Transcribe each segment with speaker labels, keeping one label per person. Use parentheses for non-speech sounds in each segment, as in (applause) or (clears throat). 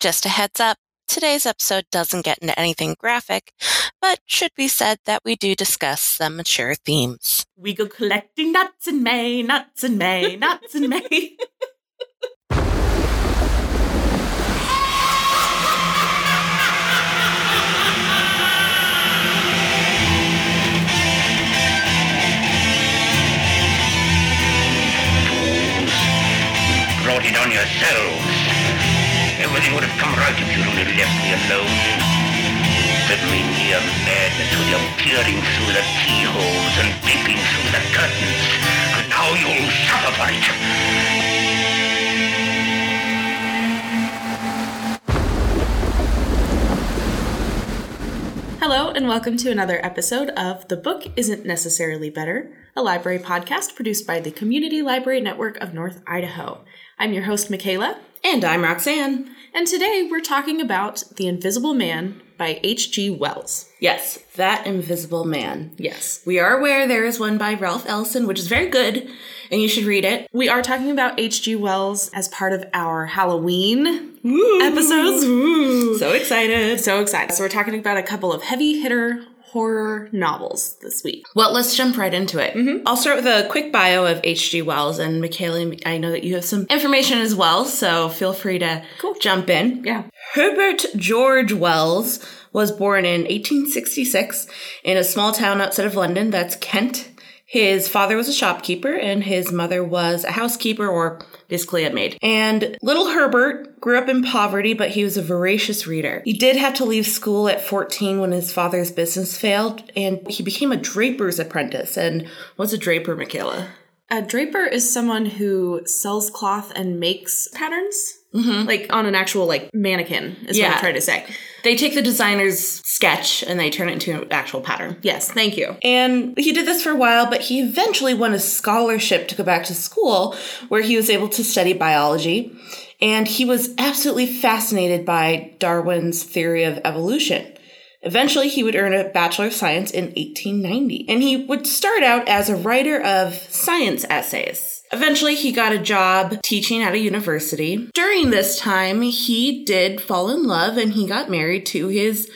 Speaker 1: Just a heads up, today's episode doesn't get into anything graphic, but should be said that we do discuss some mature themes.
Speaker 2: We go collecting nuts in May, nuts in May, nuts in May.
Speaker 3: brought it on yourselves. Everything would have come right if you'd only left me alone. Dribbling near madness with your peering through the keyholes and peeping through the curtains. And now you'll suffer for it.
Speaker 2: Hello, and welcome to another episode of The Book Isn't Necessarily Better, a library podcast produced by the Community Library Network of North Idaho. I'm your host, Michaela.
Speaker 4: And I'm Roxanne.
Speaker 2: And today we're talking about The Invisible Man by H.G. Wells.
Speaker 4: Yes, that invisible man.
Speaker 2: Yes.
Speaker 4: We are aware there is one by Ralph Ellison, which is very good, and you should read it.
Speaker 2: We are talking about H.G. Wells as part of our Halloween episodes.
Speaker 4: So excited.
Speaker 2: So excited. So, we're talking about a couple of heavy hitter horror novels this week.
Speaker 4: Well, let's jump right into it.
Speaker 2: Mm-hmm.
Speaker 4: I'll start with a quick bio of H.G. Wells, and Michaela, I know that you have some information as well, so feel free to
Speaker 2: Cool.
Speaker 4: jump in.
Speaker 2: Yeah.
Speaker 4: Herbert George Wells was born in 1866 in a small town outside of London, that's Kent. His father was a shopkeeper and his mother was a housekeeper or basically a maid. And little Herbert grew up in poverty, but he was a voracious reader. He did have to leave school at 14 when his father's business failed and he became a draper's apprentice. And what's a draper, Michaela?
Speaker 2: A draper is someone who sells cloth and makes patterns, like on an actual like mannequin. Is what
Speaker 4: Mm-hmm. Yeah.
Speaker 2: I'm trying to say.
Speaker 4: They take the designer's sketch and they turn it into an actual pattern.
Speaker 2: Yes, thank you.
Speaker 4: And he did this for a while, but he eventually won a scholarship to go back to school where he was able to study biology. And he was absolutely fascinated by Darwin's theory of evolution. Eventually, he would earn a Bachelor of Science in 1890, and he would start out as a writer of science essays. Eventually, he got a job teaching at a university. During this time, he did fall in love and he got married to his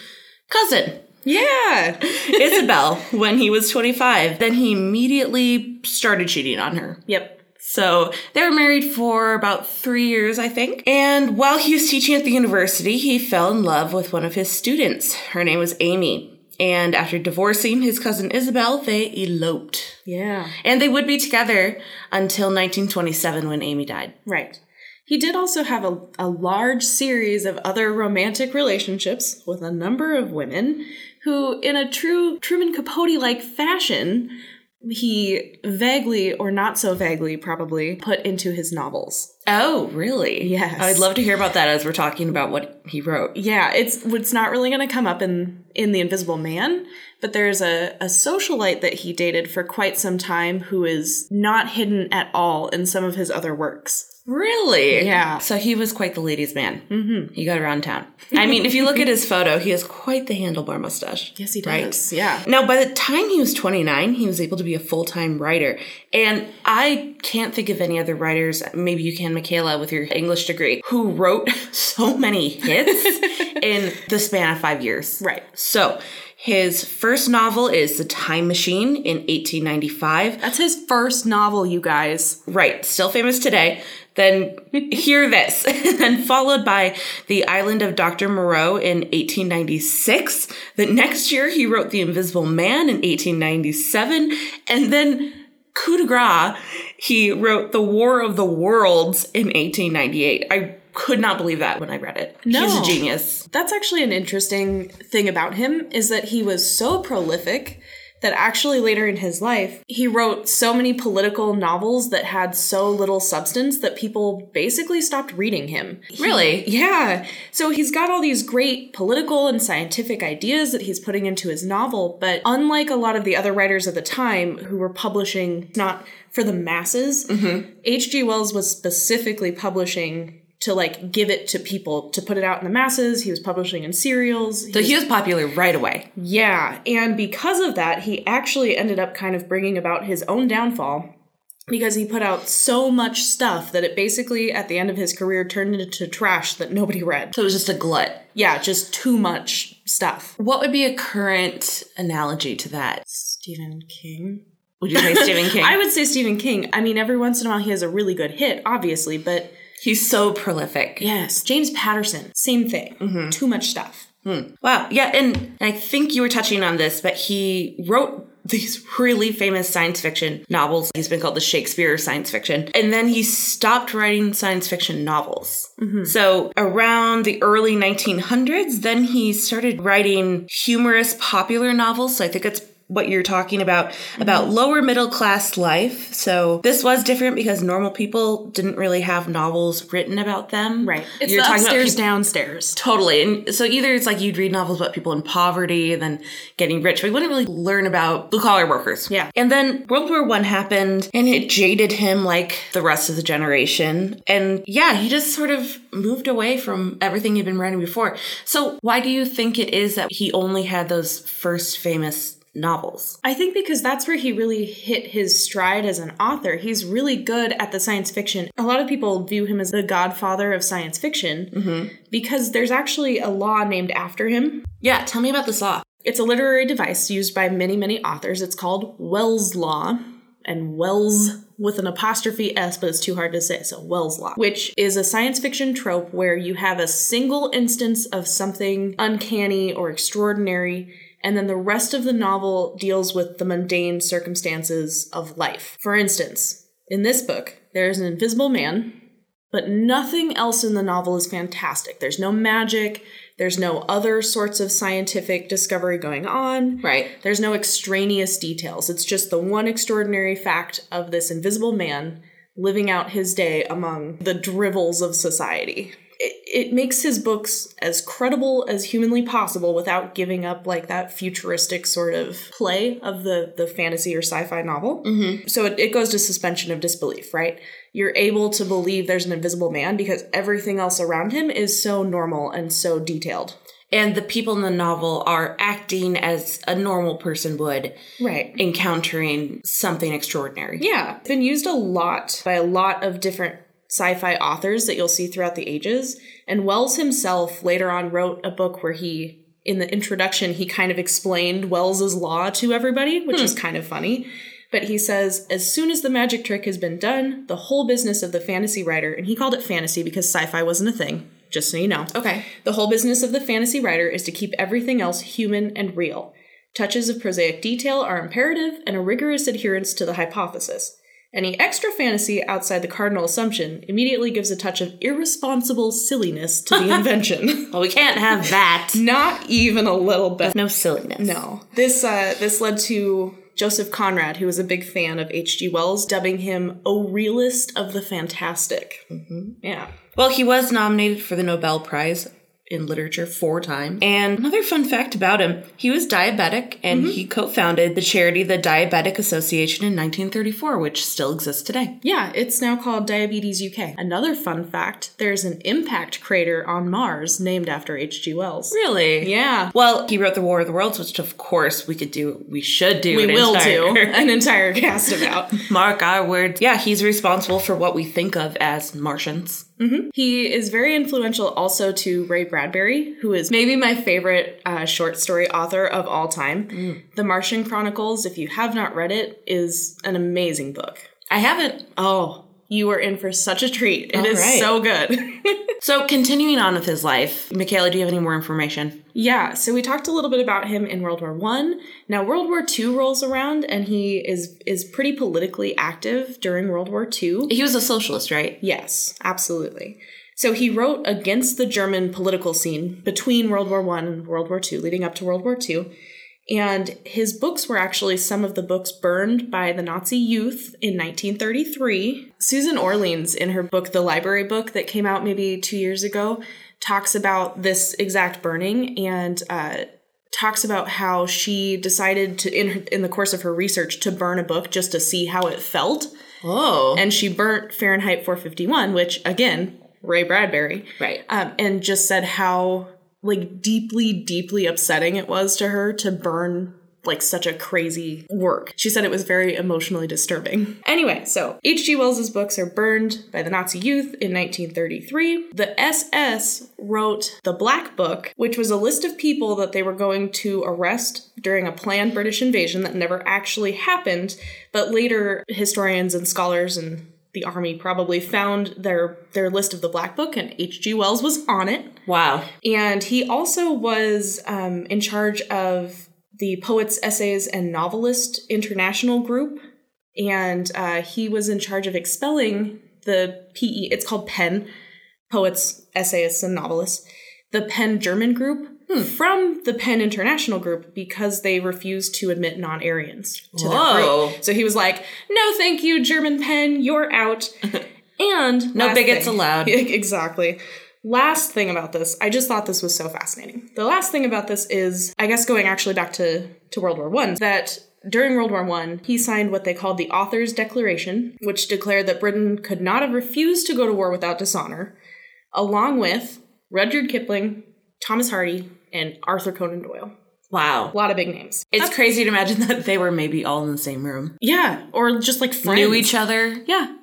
Speaker 4: cousin,
Speaker 2: Yeah,
Speaker 4: (laughs) Isabel when he was 25. Then he immediately started cheating on her.
Speaker 2: yep.
Speaker 4: So they were married for about three years, I think. And while he was teaching at the university, he fell in love with one of his students. Her name was Amy. And after divorcing his cousin Isabel, they eloped.
Speaker 2: Yeah,
Speaker 4: And they would be together until 1927 when Amy died.
Speaker 2: right. He did also have a, a large series of other romantic relationships with a number of women who, in a true Truman Capote like fashion, he vaguely or not so vaguely probably put into his novels.
Speaker 4: Oh, really?
Speaker 2: Yes.
Speaker 4: I'd love to hear about that as we're talking about what he wrote.
Speaker 2: yeah, it's it's not really going to come up in in the Invisible Man, but there's a a socialite that he dated for quite some time who is not hidden at all in some of his other works.
Speaker 4: Really?
Speaker 2: Yeah.
Speaker 4: So he was quite the ladies' man. Mm-hmm. He got around town. I mean, if you
Speaker 2: (laughs)
Speaker 4: look at his photo, he has quite the handlebar mustache.
Speaker 2: Yes, he does. Yeah.
Speaker 4: Now, by the time he was 29, he was able to be a full time writer. And I can't think of any other writers, maybe you can, Michaela, with your English degree, who wrote (laughs) so
Speaker 2: (laughs)
Speaker 4: many hits in the span of five years.
Speaker 2: Right.
Speaker 4: So his first novel is The Time Machine in 1895.
Speaker 2: That's his first novel, you guys.
Speaker 4: Right, still famous today. Then hear this, (laughs) and followed by The Island of Dr. Moreau in 1896. The next year, he wrote The Invisible Man in 1897. And then, coup de grace, he wrote The War of the Worlds in 1898. I could not believe that when I read it.
Speaker 2: No.
Speaker 4: He's a genius.
Speaker 2: That's actually an interesting thing about him is that he was so prolific that actually later in his life he wrote so many political novels that had so little substance that people basically stopped reading him.
Speaker 4: Really?
Speaker 2: Yeah. So he's got all these great political and scientific ideas that he's putting into his novel, but unlike a lot of the other writers of the time who were publishing not for the masses, H.G. Wells was specifically publishing to like give it to people to put it out in the masses. He was publishing in serials. He
Speaker 4: So
Speaker 2: was-
Speaker 4: he was popular right away.
Speaker 2: yeah, and because of that, he actually ended up kind of bringing about his own downfall because he put out so much stuff that it basically at the end of his career turned into trash that nobody read.
Speaker 4: So it was just a glut.
Speaker 2: Yeah, just too much stuff.
Speaker 4: What would be a current analogy to that?
Speaker 2: Stephen King.
Speaker 4: Would you
Speaker 2: (laughs)
Speaker 4: say Stephen King?
Speaker 2: I would say Stephen King. I mean, every once in a while he has a really good hit, obviously, but
Speaker 4: He's so prolific. Mm-hmm.
Speaker 2: yes, James Patterson, same thing. Too much stuff.
Speaker 4: Wow. Yeah, and I think you were touching on this, but he wrote (laughs) these really famous science fiction novels. He's been called the Shakespeare of science fiction. And then he stopped writing science fiction novels.
Speaker 2: Mm-hmm.
Speaker 4: So around the early 1900s, then he started writing humorous popular novels. So I think it's what you're talking about
Speaker 2: Mm-hmm.
Speaker 4: about lower middle class life. So this was different because normal people didn't really have novels written about them.
Speaker 2: It's the
Speaker 4: you're talking about
Speaker 2: upstairs,
Speaker 4: people-
Speaker 2: downstairs.
Speaker 4: Totally. And so either it's like you'd read novels about people in poverty and then getting rich, but you wouldn't really learn about blue collar workers.
Speaker 2: Yeah.
Speaker 4: And then World War One happened and it jaded him like the rest of the generation. And yeah, he just sort of moved away from everything he'd been writing before. So why do you think it is that he only had those first famous novels?
Speaker 2: I think because that's where he really hit his stride as an author. He's really good at the science fiction. A lot of people view him as the godfather of science fiction
Speaker 4: Mm-hmm.
Speaker 2: because there's actually a law named after him.
Speaker 4: Yeah, tell me about this law.
Speaker 2: It's a literary device used by many, many authors. It's called Wells Law and Wells with an apostrophe S, but it's too hard to say, so Wells Law, which is a science fiction trope where you have a single instance of something uncanny or extraordinary. And then the rest of the novel deals with the mundane circumstances of life. For instance, in this book, there's an invisible man but nothing else in the novel is fantastic. There's no magic, there's no other sorts of scientific discovery going on.
Speaker 4: Right.
Speaker 2: There's no extraneous details. It's just the one extraordinary fact of this invisible man living out his day among the drivels of society. It, it makes his books as credible as humanly possible without giving up like that futuristic sort of play of the, the fantasy or sci-fi novel. Mm-hmm. So it, it goes to suspension of disbelief, right? You're able to believe there's an invisible man because everything else around him is so normal and so detailed.
Speaker 4: And the people in the novel are acting as a normal person would,
Speaker 2: Right.
Speaker 4: encountering something extraordinary.
Speaker 2: Yeah, it's been used a lot by a lot of different sci-fi authors that you'll see throughout the ages. And Wells himself later on wrote a book where he in the introduction he kind of explained Wells's law to everybody, which is kind of funny. But he says, as soon as the magic trick has been done, the whole business of the fantasy writer, and he called it fantasy because sci fi wasn't a thing, just so you know.
Speaker 4: Okay.
Speaker 2: The whole business of the fantasy writer is to keep everything else human and real. Touches of prosaic detail are imperative and a rigorous adherence to the hypothesis. Any extra fantasy outside the cardinal assumption immediately gives a touch of irresponsible silliness to
Speaker 4: (laughs)
Speaker 2: the invention.
Speaker 4: Well, we can't have that.
Speaker 2: Not even a little bit.
Speaker 4: no silliness.
Speaker 2: No. This uh, this led to Joseph Conrad, who was a big fan of H.G. Wells, dubbing him a realist of the fantastic.
Speaker 4: Mm-hmm.
Speaker 2: Yeah.
Speaker 4: Well, he was nominated for the Nobel Prize in literature four times. And another fun fact about him, he was diabetic and he co-founded the charity the Diabetic Association in 1934, which still exists today.
Speaker 2: Yeah, it's now called Diabetes UK. Another fun fact there's an impact crater on Mars named after H.G. Wells.
Speaker 4: Really? Yeah.
Speaker 2: Yeah.
Speaker 4: Well, he wrote The War of the Worlds, which of course we could do, we should do.
Speaker 2: We
Speaker 4: an
Speaker 2: will do (laughs)
Speaker 4: entire-
Speaker 2: an entire cast
Speaker 4: (laughs)
Speaker 2: about.
Speaker 4: Mark our words. Yeah, he's responsible for what we think of as Martians.
Speaker 2: Mm-hmm. He is very influential also to Ray Bradbury, who is maybe my favorite uh, short story author of all time.
Speaker 4: Mm.
Speaker 2: The Martian Chronicles, if you have not read it, is an amazing book.
Speaker 4: I haven't.
Speaker 2: Oh, you are in for such a treat. It is
Speaker 4: All right.
Speaker 2: so good. (laughs)
Speaker 4: So continuing on with his life, Michaela, do you have any more information?
Speaker 2: Yeah, so we talked a little bit about him in World War One. Now World War Two rolls around, and he is is pretty politically active during World War Two.
Speaker 4: He was a socialist, right?
Speaker 2: Yes, absolutely. So he wrote against the German political scene between World War One and World War Two, leading up to World War Two. And his books were actually some of the books burned by the Nazi youth in 1933. Susan Orleans, in her book, The Library Book, that came out maybe two years ago, talks about this exact burning and uh, talks about how she decided to, in, her, in the course of her research, to burn a book just to see how it felt.
Speaker 4: Oh.
Speaker 2: And she burnt Fahrenheit 451, which, again, Ray Bradbury
Speaker 4: Right.
Speaker 2: um, and just said how like deeply deeply upsetting it was to her to burn like such a crazy work. She said it was very emotionally disturbing. Anyway, so H.G. Wells's books are burned by the Nazi youth in 1933. The SS wrote the Black Book, which was a list of people that they were going to arrest during a planned British invasion that never actually happened, but later historians and scholars and the army probably found their their list of the black book and hg wells was on it
Speaker 4: Wow.
Speaker 2: and he also was um, in charge of the Poets, Essays, and Novelist International Group. And uh, he was in charge of expelling the PE, it's called PEN, Poets, Essayists, and Novelists, the PEN German group
Speaker 4: Hmm.
Speaker 2: from the PEN International group because they refused to admit non Aryans to their
Speaker 4: Whoa.
Speaker 2: group. So he was like, no, thank you, German PEN, you're
Speaker 4: (laughs)
Speaker 2: out. And
Speaker 4: No
Speaker 2: last
Speaker 4: bigots
Speaker 2: thing- (laughs)
Speaker 4: allowed.
Speaker 2: exactly. Last thing about this, I just thought this was so fascinating. The last thing about this is, I guess, going actually back to to World War One, that during World War One, he signed what they called the Authors' Declaration, which declared that Britain could not have refused to go to war without dishonor, along with Rudyard Kipling, Thomas Hardy, and Arthur Conan Doyle.
Speaker 4: Wow.
Speaker 2: A lot of big names.
Speaker 4: It's crazy to imagine (laughs) that they were maybe all in the same room.
Speaker 2: Yeah, or just like friends.
Speaker 4: Knew each other.
Speaker 2: Yeah,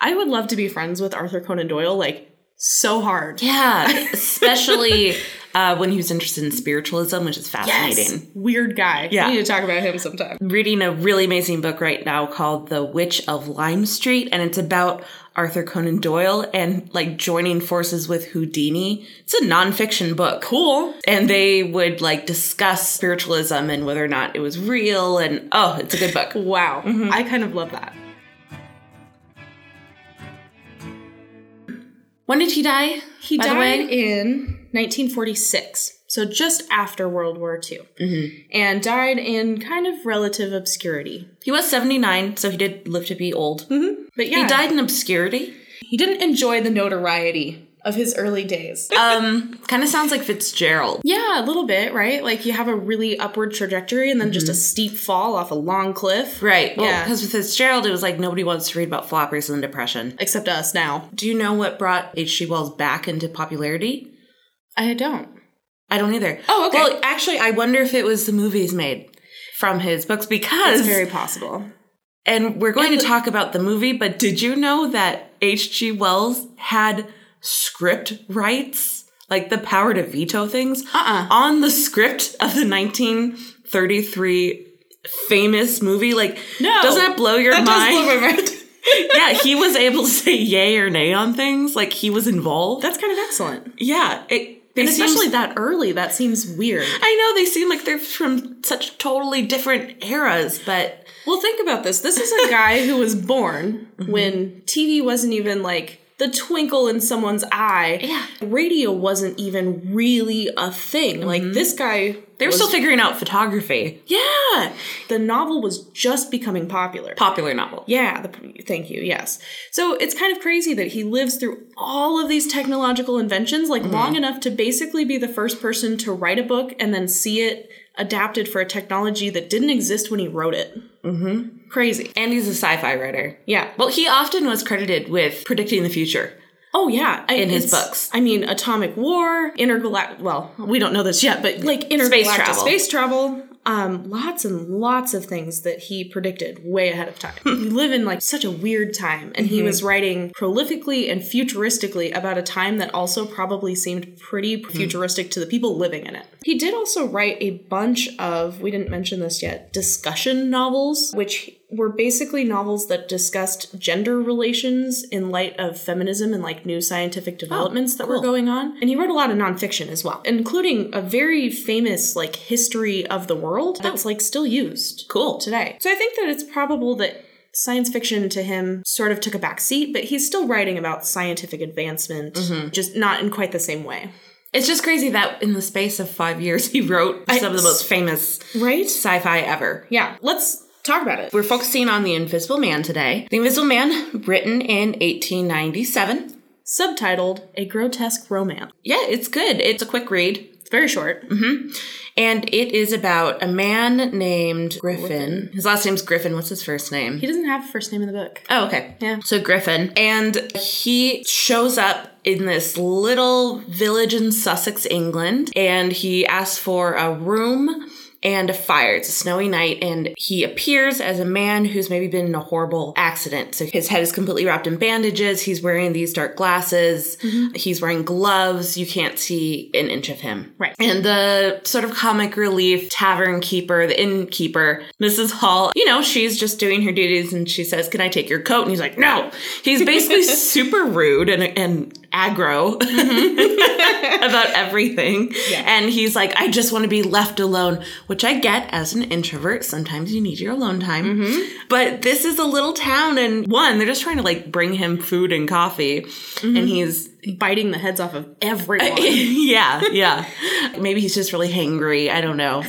Speaker 2: I would love to be friends with Arthur Conan Doyle, like so hard.
Speaker 4: (laughs) Yeah. Especially uh, when he was interested in spiritualism, which is fascinating.
Speaker 2: Weird guy.
Speaker 4: Yeah.
Speaker 2: We need to talk about him sometime.
Speaker 4: reading a really amazing book right now called The Witch of Lime Street, and it's about Arthur Conan Doyle and like joining forces with Houdini. It's a nonfiction book. Cool. And they would like discuss spiritualism and whether or not it was real, and oh, it's a good book.
Speaker 2: Wow. I kind of love that.
Speaker 4: When did he die?
Speaker 2: He
Speaker 4: By the
Speaker 2: died
Speaker 4: way-
Speaker 2: in 1946, so just after World War II, and died in kind of relative obscurity.
Speaker 4: He was 79, so he did live to be old.
Speaker 2: But yeah,
Speaker 4: He died in obscurity.
Speaker 2: He didn't enjoy the notoriety of his early days.
Speaker 4: Um, kind of sounds like Fitzgerald.
Speaker 2: yeah, a little bit, right? Like you have a really upward trajectory and then just a steep fall off a long cliff.
Speaker 4: Mm-hmm. Right. Well,
Speaker 2: Yeah.
Speaker 4: because with Fitzgerald, it was like nobody wants to read about floppers in the Depression.
Speaker 2: Except us now.
Speaker 4: Do you know what brought H.G. Wells back into popularity?
Speaker 2: I don't.
Speaker 4: I don't either.
Speaker 2: Oh, okay.
Speaker 4: Well, actually, I wonder if it was the movies made from his books because,
Speaker 2: It's very possible.
Speaker 4: and we're going
Speaker 2: And
Speaker 4: to
Speaker 2: the-
Speaker 4: talk about the movie, but did you know that H.G. Wells had script rights, like the power to veto things,
Speaker 2: Uh-uh.
Speaker 4: on the script of the 1933 famous movie? Like,
Speaker 2: No.
Speaker 4: doesn't (laughs) that blow your
Speaker 2: (laughs)
Speaker 4: mind?
Speaker 2: mind.
Speaker 4: (laughs) yeah, he was able to say yay or nay on things. Like, he was involved.
Speaker 2: That's kind of excellent.
Speaker 4: yeah. It,
Speaker 2: And
Speaker 4: it seems-
Speaker 2: especially that early, that seems weird.
Speaker 4: I know they seem like they're from such totally different eras, but
Speaker 2: Well, think about this. This is a guy who was born
Speaker 4: Mm-hmm.
Speaker 2: when TV wasn't even like the twinkle in someone's eye.
Speaker 4: Yeah.
Speaker 2: Radio wasn't even really a thing. Like this guy
Speaker 4: Mm-hmm. they were
Speaker 2: was-
Speaker 4: still figuring out photography.
Speaker 2: Yeah. The novel was just becoming popular.
Speaker 4: Popular novel.
Speaker 2: Yeah, the, thank you. Yes. So it's kind of crazy that he lives through all of these technological inventions, like long enough to basically be the first person to write a book and then see it adapted for a technology that didn't exist when he wrote it. Mm-hmm. Crazy.
Speaker 4: And he's a sci-fi writer.
Speaker 2: Yeah.
Speaker 4: Well, he often was credited with predicting the future.
Speaker 2: Oh yeah. I,
Speaker 4: In his
Speaker 2: it's-
Speaker 4: books.
Speaker 2: I mean, atomic war, intergalactic. Well, we don't know this yet, but like intergalactic space travel.
Speaker 4: travel.
Speaker 2: um, lots and lots of things that he predicted way ahead of
Speaker 4: (laughs)
Speaker 2: time. we live in like such a weird time, and
Speaker 4: Mm-hmm.
Speaker 2: he was writing prolifically and futuristically about a time that also probably seemed pretty
Speaker 4: Mm-hmm.
Speaker 2: futuristic to the people living in it. He did also write a bunch of, we didn't mention this yet, discussion novels, which were basically novels that discussed gender relations in light of feminism and like new scientific developments that were going on. And he wrote a lot of nonfiction as well, including a very famous like history of the world that's like still used
Speaker 4: Cool.
Speaker 2: today. So I think that it's probable that science fiction to him sort of took a back seat, but he's still writing about scientific advancement, just not in quite the same way.
Speaker 4: It's just crazy that in the space of five years, (laughs) he wrote some of the most famous
Speaker 2: Right?
Speaker 4: sci-fi ever.
Speaker 2: Yeah. Let's talk about it.
Speaker 4: We're focusing on The Invisible Man today. The Invisible Man, written in 1897.
Speaker 2: Subtitled A Grotesque Romance.
Speaker 4: Yeah, it's good. It's a quick read.
Speaker 2: It's very
Speaker 4: Mm-hmm.
Speaker 2: short.
Speaker 4: And it is about a man named Griffin. His last name's Griffin. What's his first name?
Speaker 2: He doesn't have a first name in the book.
Speaker 4: Oh, okay.
Speaker 2: Yeah.
Speaker 4: So Griffin. And he shows up in this little village in Sussex, England, and he asks for a room. and a fire. It's a snowy night, and he appears as a man who's maybe been in a horrible accident. So his head is completely wrapped in bandages. He's wearing these dark glasses. He's wearing gloves. You can't see an inch of him.
Speaker 2: Right.
Speaker 4: And the sort of comic relief tavern keeper, the innkeeper, Mrs. Hall, you know, she's just doing her duties and she says, Can I take your coat? And he's like, No. He's basically super rude and, and aggro (laughs) about everything.
Speaker 2: Yeah.
Speaker 4: And he's like, I just want to be left alone, which I get as an introvert. Sometimes you need your alone time.
Speaker 2: Mm-hmm.
Speaker 4: But this is a little town, and one, they're just trying to like bring him food and coffee.
Speaker 2: Mm-hmm.
Speaker 4: And he's
Speaker 2: biting the heads off of (laughs) everyone.
Speaker 4: yeah, yeah. Maybe he's just really hangry. I
Speaker 2: (laughs)
Speaker 4: don't know.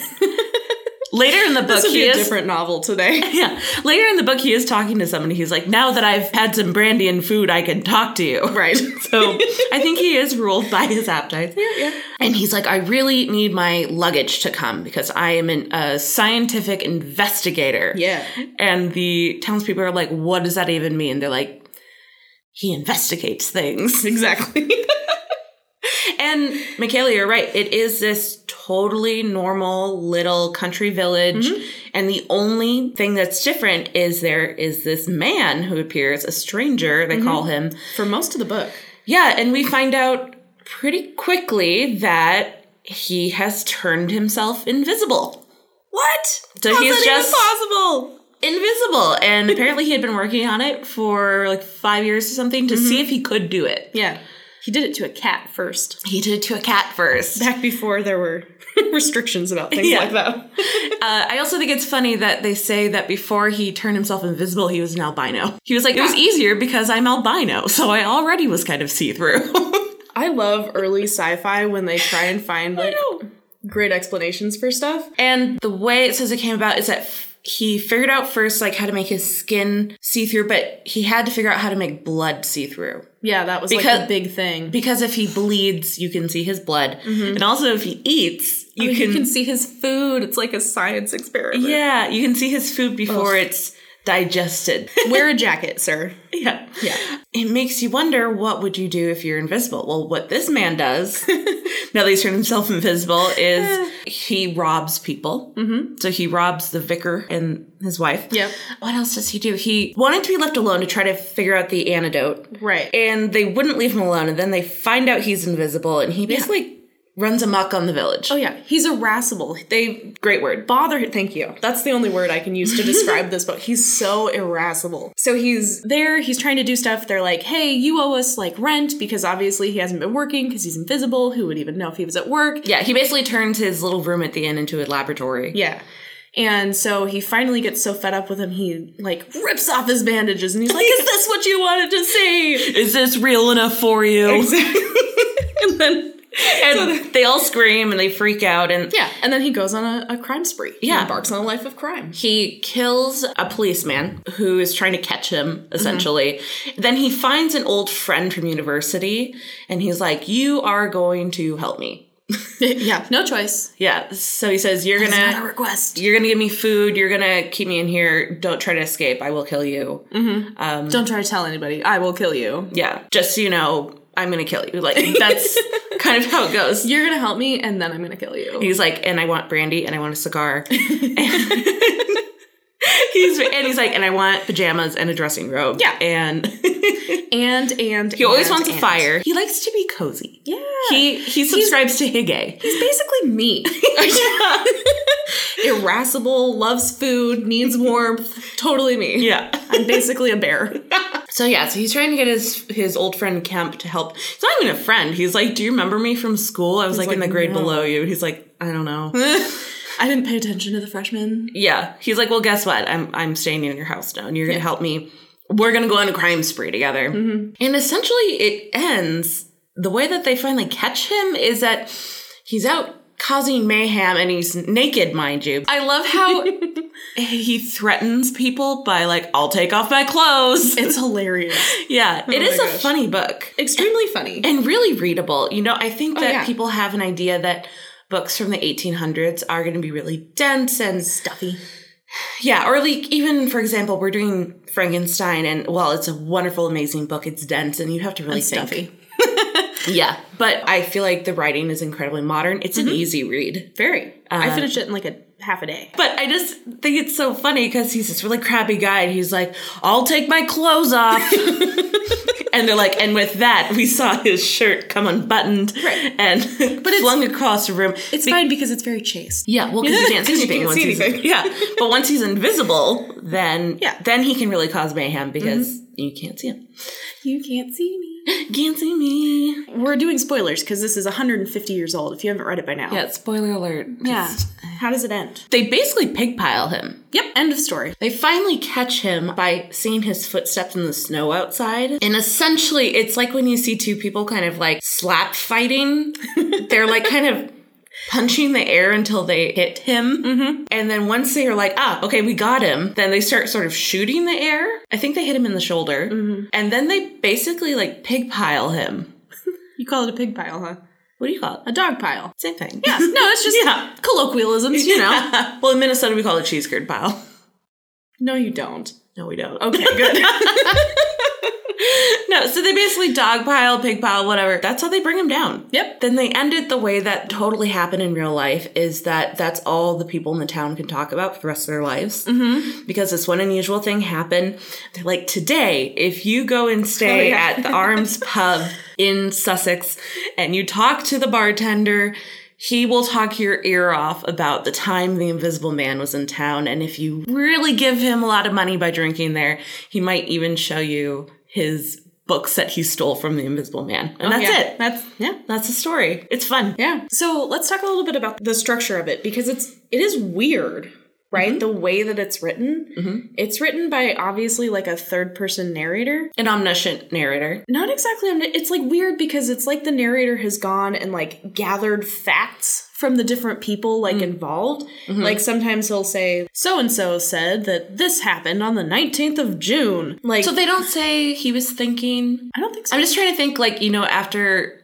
Speaker 4: Later in the book,
Speaker 2: this would
Speaker 4: he
Speaker 2: be a
Speaker 4: is
Speaker 2: different novel today.
Speaker 4: (laughs) yeah. Later in the book, he is talking to somebody. He's like, "Now that I've had some brandy and food, I can talk to you."
Speaker 2: right.
Speaker 4: (laughs) So I think he is ruled by his appetites. And he's like, I really need my luggage to come because I am an, a scientific investigator.
Speaker 2: (laughs) Yeah.
Speaker 4: And the townspeople are like, What does that even mean? They're like, He investigates things. (laughs)
Speaker 2: Exactly.
Speaker 4: And Michaela, you're right. It is this totally normal little country village.
Speaker 2: Mm-hmm.
Speaker 4: And the only thing that's different is there is this man who appears, a stranger,
Speaker 2: Mm-hmm.
Speaker 4: they call him.
Speaker 2: For most of the book.
Speaker 4: Yeah, and we find out pretty quickly that he has turned himself invisible.
Speaker 2: What?
Speaker 4: So
Speaker 2: How's
Speaker 4: he's
Speaker 2: that even
Speaker 4: just-
Speaker 2: possible.
Speaker 4: Invisible. And apparently he had been working on it for like five years or something to see if he could do it.
Speaker 2: Yeah. He did it to a cat first.
Speaker 4: He did it to a cat first.
Speaker 2: Back before there were (laughs) restrictions about things
Speaker 4: Yeah.
Speaker 2: like that.
Speaker 4: Uh, I also think it's funny that they say that before he turned himself invisible, he was an albino. He was like, it was easier because I'm albino, so I already was kind of see through.
Speaker 2: I love early sci-fi when they try and find like great explanations for stuff.
Speaker 4: (laughs) And the way it says it came about is that f- he figured out first like how to make his skin see through, but he had to figure out how to make blood see through.
Speaker 2: Yeah, that was
Speaker 4: Because-
Speaker 2: like a big thing.
Speaker 4: Because if he bleeds, you can see his blood. And also if Mm-hmm. Oh, he eats, you, can,
Speaker 2: see his food. It's like a science experiment. Yeah.
Speaker 4: Yeah, you can see his food before it's digested.
Speaker 2: Wear a jacket, (laughs) sir.
Speaker 4: yeah.
Speaker 2: (laughs) Yeah.
Speaker 4: It makes you wonder what would you do if you're invisible? Well, what this man does, (laughs) now that he's turned himself invisible,
Speaker 2: (laughs)
Speaker 4: is he robs people. Mm-hmm. So he robs the vicar and his wife.
Speaker 2: Yep.
Speaker 4: What else does he do? He wanted to be left alone to try to figure out the antidote.
Speaker 2: Right.
Speaker 4: And they wouldn't leave him alone. And then they find out he's invisible and he basically runs amok on the village.
Speaker 2: oh yeah. He's irascible. They
Speaker 4: Great word.
Speaker 2: bother thank you that's the only word i can use to describe this book he's so irascible so he's there he's trying to do stuff they're like hey you owe us like rent because obviously he hasn't been working because he's invisible who would even know if he was at work
Speaker 4: Yeah, he basically turns his little room at the inn into a laboratory.
Speaker 2: yeah and so he finally gets so fed up with him he like rips off his bandages and he's like is this what you wanted to see
Speaker 4: Is this real enough for you?
Speaker 2: (laughs) and then
Speaker 4: and they all scream and they freak out and
Speaker 2: yeah and then he goes on a, a crime spree He
Speaker 4: Yeah.
Speaker 2: embarks on a life of crime
Speaker 4: he kills a policeman who is trying to catch him essentially then he finds an old friend from university and he's like you are going to help me
Speaker 2: yeah no choice
Speaker 4: yeah so he says you're
Speaker 2: It's not a
Speaker 4: gonna
Speaker 2: request
Speaker 4: you're gonna give me food you're gonna keep me in here don't try to escape i will kill you
Speaker 2: don't try to tell anybody i will kill you
Speaker 4: yeah just so you know i'm gonna kill you like that's kind of how it goes
Speaker 2: You're gonna help me, and then I'm gonna kill you.
Speaker 4: He's like, and I want brandy, and I want a (laughs) cigar. and he's and he's like, and I want pajamas and a dressing robe.
Speaker 2: Yeah.
Speaker 4: and he
Speaker 2: And and he
Speaker 4: always wants a fire. He likes to be cozy.
Speaker 2: Yeah,
Speaker 4: He he subscribes to (laughs) Hige.
Speaker 2: he's basically
Speaker 4: (laughs)
Speaker 2: me. Irascible, loves food, needs warmth. Totally me.
Speaker 4: Yeah.
Speaker 2: I'm basically a
Speaker 4: (laughs)
Speaker 2: bear.
Speaker 4: So yeah, so he's trying to get his his old friend Kemp to help. He's not even a friend. He's like, do you remember me from school? I was like, in the
Speaker 2: like,
Speaker 4: grade
Speaker 2: no.
Speaker 4: below you. He's like, I don't know.
Speaker 2: I didn't pay attention to the freshmen.
Speaker 4: yeah. He's like, well, guess what? I'm I'm staying in your house now, and you're gonna help me. We're gonna go on a crime spree together.
Speaker 2: Mm-hmm.
Speaker 4: And essentially, it ends the way that they finally catch him is that he's out causing mayhem and he's naked, mind you. I
Speaker 2: (laughs)
Speaker 4: love how he threatens people by, like, I'll take off my clothes. (laughs)
Speaker 2: It's hilarious. (laughs)
Speaker 4: Yeah, it is
Speaker 2: Oh my
Speaker 4: a
Speaker 2: gosh.
Speaker 4: funny book
Speaker 2: Extremely funny.
Speaker 4: and really readable. You know, I think that
Speaker 2: Oh, yeah.
Speaker 4: people have an idea that books from the 1800s are going to be really dense and
Speaker 2: Stuffy.
Speaker 4: yeah, or like even for example, we're doing Frankenstein, and well, it's a wonderful, amazing book. It's dense, and you have to really think.
Speaker 2: Stuffy.
Speaker 4: Yeah, but I feel like the writing is incredibly modern. It's an easy read. Um,
Speaker 2: Very. Mm-hmm. I finished it in like a half a day.
Speaker 4: But I just think it's so funny because he's this really crappy guy and he's like, I'll take my clothes off.
Speaker 2: (laughs)
Speaker 4: and they're like, and with that, we saw his shirt come unbuttoned
Speaker 2: Right.
Speaker 4: and flung across the room.
Speaker 2: It's fine because it's very chaste.
Speaker 4: Yeah, well, because he can't
Speaker 2: (laughs)
Speaker 4: see
Speaker 2: 'Cause you
Speaker 4: anything.
Speaker 2: can't
Speaker 4: once
Speaker 2: see
Speaker 4: he's-
Speaker 2: anything.
Speaker 4: (laughs) Yeah, but once he's invisible, then
Speaker 2: Yeah. Mm-hmm.
Speaker 4: then he can really cause mayhem because you can't see him.
Speaker 2: You can't see me.
Speaker 4: Can't see me.
Speaker 2: We're doing spoilers because this is 150 years old. If you haven't read it by now,
Speaker 4: Yeah, spoiler alert.
Speaker 2: yeah. How does it end?
Speaker 4: They basically pigpile him.
Speaker 2: Yep. End of story.
Speaker 4: They finally catch him by seeing his footsteps in the snow outside. And essentially, it's like when you see two people kind of like slap fighting. (laughs) They're like kind of punching the air until they hit him. Mm-hmm. And then once they are like, ah, okay, we got him, then they start sort of shooting the air. I think they hit him in the shoulder.
Speaker 2: Mm-hmm.
Speaker 4: And then they basically like pig pile him.
Speaker 2: You call it a pig pile, huh?
Speaker 4: What do you call
Speaker 2: A
Speaker 4: it?
Speaker 2: dog pile.
Speaker 4: Same thing.
Speaker 2: Yeah. No, it's just
Speaker 4: (laughs) Yeah.
Speaker 2: colloquialisms, you know.
Speaker 4: (laughs) well, in Minnesota, we call it cheese curd pile.
Speaker 2: No, you don't.
Speaker 4: No, we don't.
Speaker 2: Okay, good.
Speaker 4: No, so they basically dog pile, pig pile, whatever. That's how they bring him down.
Speaker 2: Yep.
Speaker 4: Then they end it the way that totally happened in real life is that that's all the people in the town can talk about for the rest of their lives. Mm-hmm. Because this one unusual thing happened. They're like, today, if you go and stay
Speaker 2: Oh, yeah.
Speaker 4: at
Speaker 2: (laughs)
Speaker 4: the Arms Pub in Sussex and you talk to the bartender, he will talk your ear off about the time the invisible man was in town. And if you really give him a lot of money by drinking there, he might even show you his books that he stole from the invisible man. And that's
Speaker 2: Oh, Yeah,
Speaker 4: it.
Speaker 2: That's yeah.
Speaker 4: That's the story. It's fun.
Speaker 2: Yeah. So let's talk a little bit about the structure of it because it's it is weird, right?
Speaker 4: Mm-hmm.
Speaker 2: The way that it's written. It's written by obviously like a third person narrator.
Speaker 4: An omniscient narrator.
Speaker 2: Not exactly. omni- It's like weird because it's like the narrator has gone and like gathered facts from the different people like
Speaker 4: Mm.
Speaker 2: involved.
Speaker 4: Mm-hmm.
Speaker 2: Like sometimes he'll say so and so said that this happened on the 19th of June. Like
Speaker 4: So they don't say he was thinking.
Speaker 2: I don't think so.
Speaker 4: I'm just trying to think, like, you know, after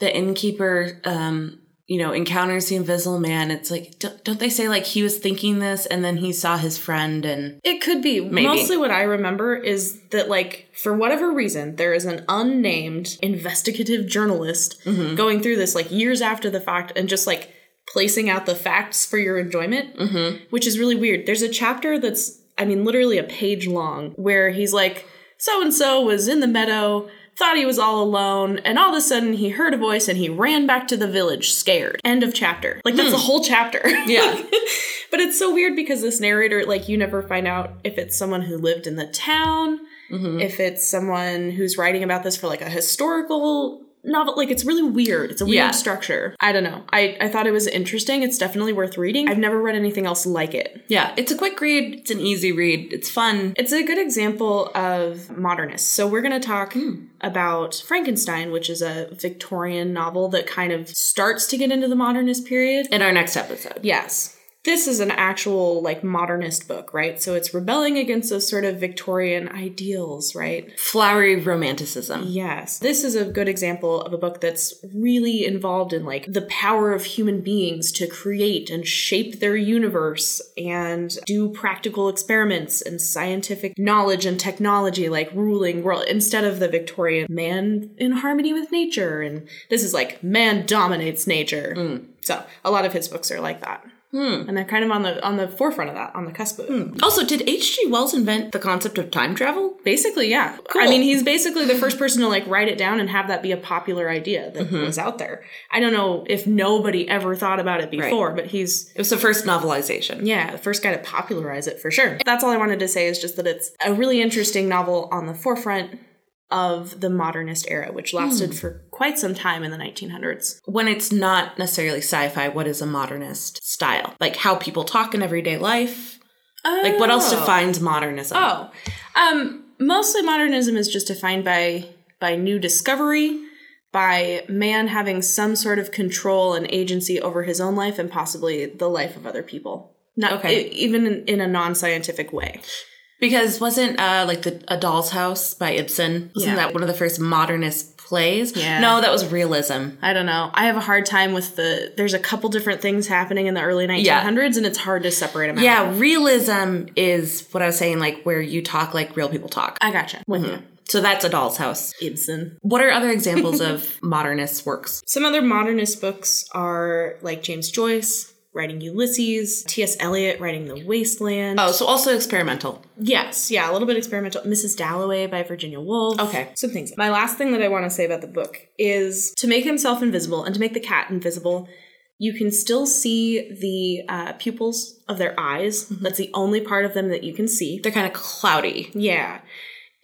Speaker 4: the innkeeper, um, you know, encounters the invisible man, it's like, don't, don't they say, like, he was thinking this and then he saw his friend and.
Speaker 2: It could be.
Speaker 4: Maybe.
Speaker 2: Mostly what I remember is that, like, for whatever reason, there is an unnamed investigative journalist
Speaker 4: Mm-hmm.
Speaker 2: going through this, like, years after the fact and just, like, placing out the facts for your enjoyment,
Speaker 4: Mm-hmm.
Speaker 2: which is really weird. There's a chapter that's, I mean, literally a page long where he's like, so and so was in the meadow. Thought he was all alone, and all of a sudden he heard a voice and he ran back to the village scared. End of chapter. Like, that's a whole chapter.
Speaker 4: Hmm. Yeah.
Speaker 2: (laughs) But it's so weird because this narrator, like, you never find out if it's someone who lived in the town, if it's someone who's writing about this for like a historical novel. Like, it's really weird. It's a weird
Speaker 4: Yeah.
Speaker 2: structure. I don't know. I, I thought it was interesting. It's definitely worth reading. I've never read anything else like it.
Speaker 4: yeah, it's a quick read. It's an easy read. It's fun.
Speaker 2: It's a good example of modernists. So, we're going to talk about Frankenstein, which is a Victorian novel that kind of starts to get into the modernist period.
Speaker 4: In our next episode.
Speaker 2: Yes. This is an actual like modernist book, right? So it's rebelling against those sort of Victorian ideals, right?
Speaker 4: Flowery romanticism.
Speaker 2: Yes. This is a good example of a book that's really involved in like the power of human beings to create and shape their universe and do practical experiments and scientific knowledge and technology like ruling world instead of the Victorian man in harmony with nature and this is like man dominates nature. So a lot of his books are like that. And they're kind of on the on the forefront of that, on the cusp of it.
Speaker 4: Also, did H.G. Wells invent the concept of time travel?
Speaker 2: Basically, yeah. I mean, he's basically the first person to like write it down and have that be a popular idea that was out there. I don't know if nobody ever thought about it before, but he's
Speaker 4: It was the first novelization.
Speaker 2: yeah, the first guy to popularize it for sure. That's all I wanted to say is just that it's a really interesting novel on the forefront of the modernist era, which lasted for quite some time in the 1900s.
Speaker 4: When it's not necessarily sci fi, what is a modernist style? Like how people talk in everyday life? Like what else
Speaker 2: Oh.
Speaker 4: defines modernism?
Speaker 2: Oh, um, mostly modernism is just defined by by new discovery, by man having some sort of control and agency over his own life and possibly the life of other people. Not
Speaker 4: Okay.
Speaker 2: e- even in, in a non scientific way.
Speaker 4: Because wasn't uh like the A Doll's House by Ibsen? Wasn't
Speaker 2: Yeah.
Speaker 4: that one of the first modernist plays?
Speaker 2: Yeah.
Speaker 4: No, that was realism.
Speaker 2: I don't know. I have a hard time with the. There's a couple different things happening in the early 1900s, and it's hard to separate them out.
Speaker 4: Yeah, realism is what I was saying, like where you talk like real people talk. Mm-hmm.
Speaker 2: I gotcha. With you.
Speaker 4: So that's a doll's house.
Speaker 2: Ibsen.
Speaker 4: What are other examples of (laughs) modernist works?
Speaker 2: Some other modernist books are like James Joyce, writing Ulysses, T.S. Eliot writing The Wasteland.
Speaker 4: Oh, so also experimental.
Speaker 2: Yes, yeah, a little bit experimental. Mrs. Dalloway by Virginia Woolf.
Speaker 4: Okay.
Speaker 2: Some things. My last thing that I want to say about the book is to make himself invisible and to make the cat invisible, you can still see the uh, pupils of their eyes. That's the only part of them that you can see.
Speaker 4: They're kind of cloudy.
Speaker 2: Yeah.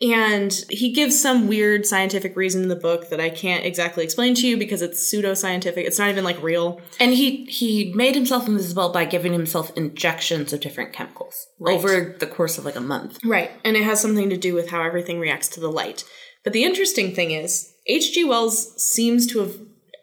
Speaker 2: And he gives some weird scientific reason in the book that I can't exactly explain to you because it's pseudoscientific. It's not even like real.
Speaker 4: And he he made himself invisible by giving himself injections of different chemicals over the course of like a month.
Speaker 2: Right. And it has something to do with how everything reacts to the light. But the interesting thing is, H.G. Wells seems to have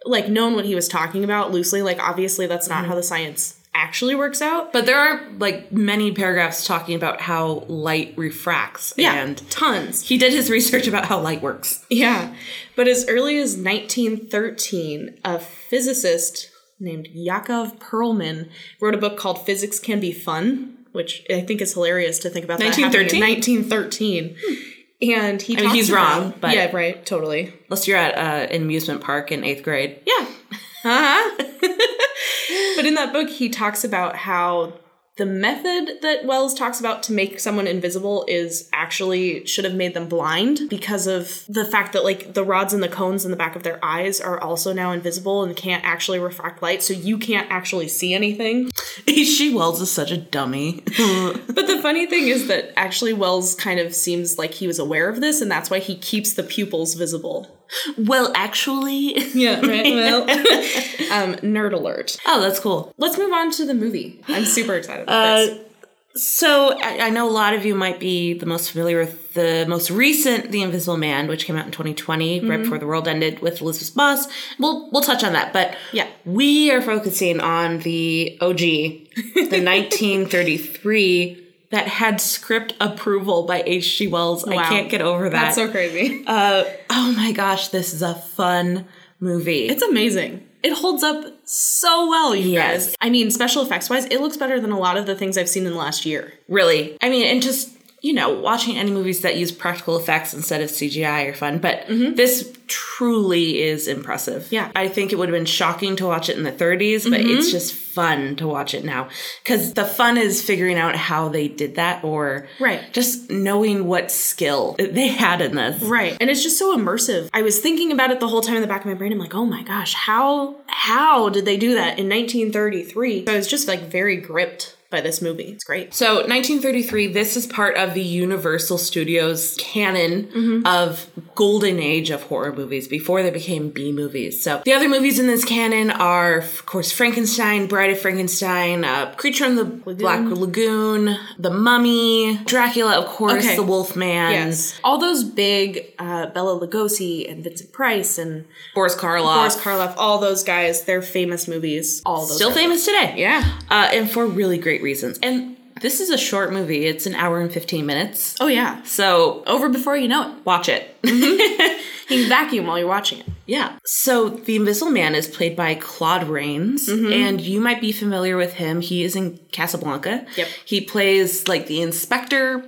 Speaker 2: like known what he was talking about loosely. Like obviously that's
Speaker 4: Mm-hmm.
Speaker 2: not how the science actually works out. But
Speaker 4: But there are like many paragraphs talking about how light refracts
Speaker 2: yeah,
Speaker 4: and
Speaker 2: tons. (laughs)
Speaker 4: he did his research about how light works.
Speaker 2: Yeah. But as early as 1913, a physicist named Yakov Perlman wrote a book called Physics Can Be Fun, which I think is hilarious to think about. that happening in 1913. And he I
Speaker 4: mean, he's wrong, but-
Speaker 2: yeah, right, totally.
Speaker 4: Unless you're at uh, an amusement park in eighth grade. (laughs)
Speaker 2: Yeah. (laughs) Uh-huh. but in that book, he talks about how the method that Wells talks about to make someone invisible is actually should have made them blind because of the fact that like the rods and the cones in the back of their eyes are also now invisible and can't actually refract light, so you can't actually see anything. (laughs)
Speaker 4: she Wells is such a dummy.
Speaker 2: But the funny thing is that actually Wells kind of seems like he was aware of this and that's why he keeps the pupils visible.
Speaker 4: well, (laughs) actually.
Speaker 2: Yeah, right. Well, um, nerd alert.
Speaker 4: Oh, that's cool.
Speaker 2: Let's move on to the movie. I'm super excited about this.
Speaker 4: So I, I know a lot of you might be the most familiar with the most recent The Invisible Man, which came out in 2020,
Speaker 2: Mm-hmm.
Speaker 4: right before the world ended, with Elizabeth Moss. We'll we'll touch on that, but
Speaker 2: Yeah.
Speaker 4: we are focusing on the OG,
Speaker 2: (laughs)
Speaker 4: the 1933 that had script approval by H.G. Wells. I
Speaker 2: Wow.
Speaker 4: can't get over
Speaker 2: That's
Speaker 4: that.
Speaker 2: so crazy.
Speaker 4: oh my gosh, this is a fun movie.
Speaker 2: it's amazing. It holds up so well, you
Speaker 4: Yes.
Speaker 2: guys. I mean, special effects wise, it looks better than a lot of the things I've seen in the last year.
Speaker 4: Really. I mean, and just, you know, watching any movies that use practical effects instead of CGI are fun, but this truly is impressive.
Speaker 2: Mm-hmm. Yeah. Mm-hmm.
Speaker 4: I think it would have been shocking to watch it in the 30s, but it's just fun to watch it now. Because the fun is figuring out how they did that or
Speaker 2: Right.
Speaker 4: just knowing what skill they had in this.
Speaker 2: Right. And it's just so immersive. I was thinking about it the whole time in the back of my brain. I'm like, oh my gosh, how how did they do that in 1933? I was just like very gripped by this movie. It's great.
Speaker 4: So, 1933, this is part of the Universal Studios canon
Speaker 2: Mm-hmm.
Speaker 4: of golden age of horror movies before they became B movies. So, the other movies in this canon are, of course, Frankenstein, Bride of Frankenstein, uh, Creature in the Black Lagoon, The Mummy, Dracula, of course,
Speaker 2: Okay.
Speaker 4: The Wolfman,
Speaker 2: All those big uh, Bella Lugosi and Vincent Price and
Speaker 4: Boris Karloff.
Speaker 2: Boris Karloff, all those guys, their famous movies. All those
Speaker 4: Still
Speaker 2: guys.
Speaker 4: famous today.
Speaker 2: Yeah.
Speaker 4: Uh, and for really great reasons. And this is a short movie, it's an hour and 15 minutes.
Speaker 2: Oh yeah.
Speaker 4: So,
Speaker 2: Over before you know it. Mm-hmm.
Speaker 4: watch it. (laughs)
Speaker 2: You can vacuum while you're watching it.
Speaker 4: Yeah. So the Invisible Man is played by Claude Rains,
Speaker 2: Mm-hmm.
Speaker 4: and you might be familiar with him. He is in Casablanca.
Speaker 2: Yep.
Speaker 4: He plays like the inspector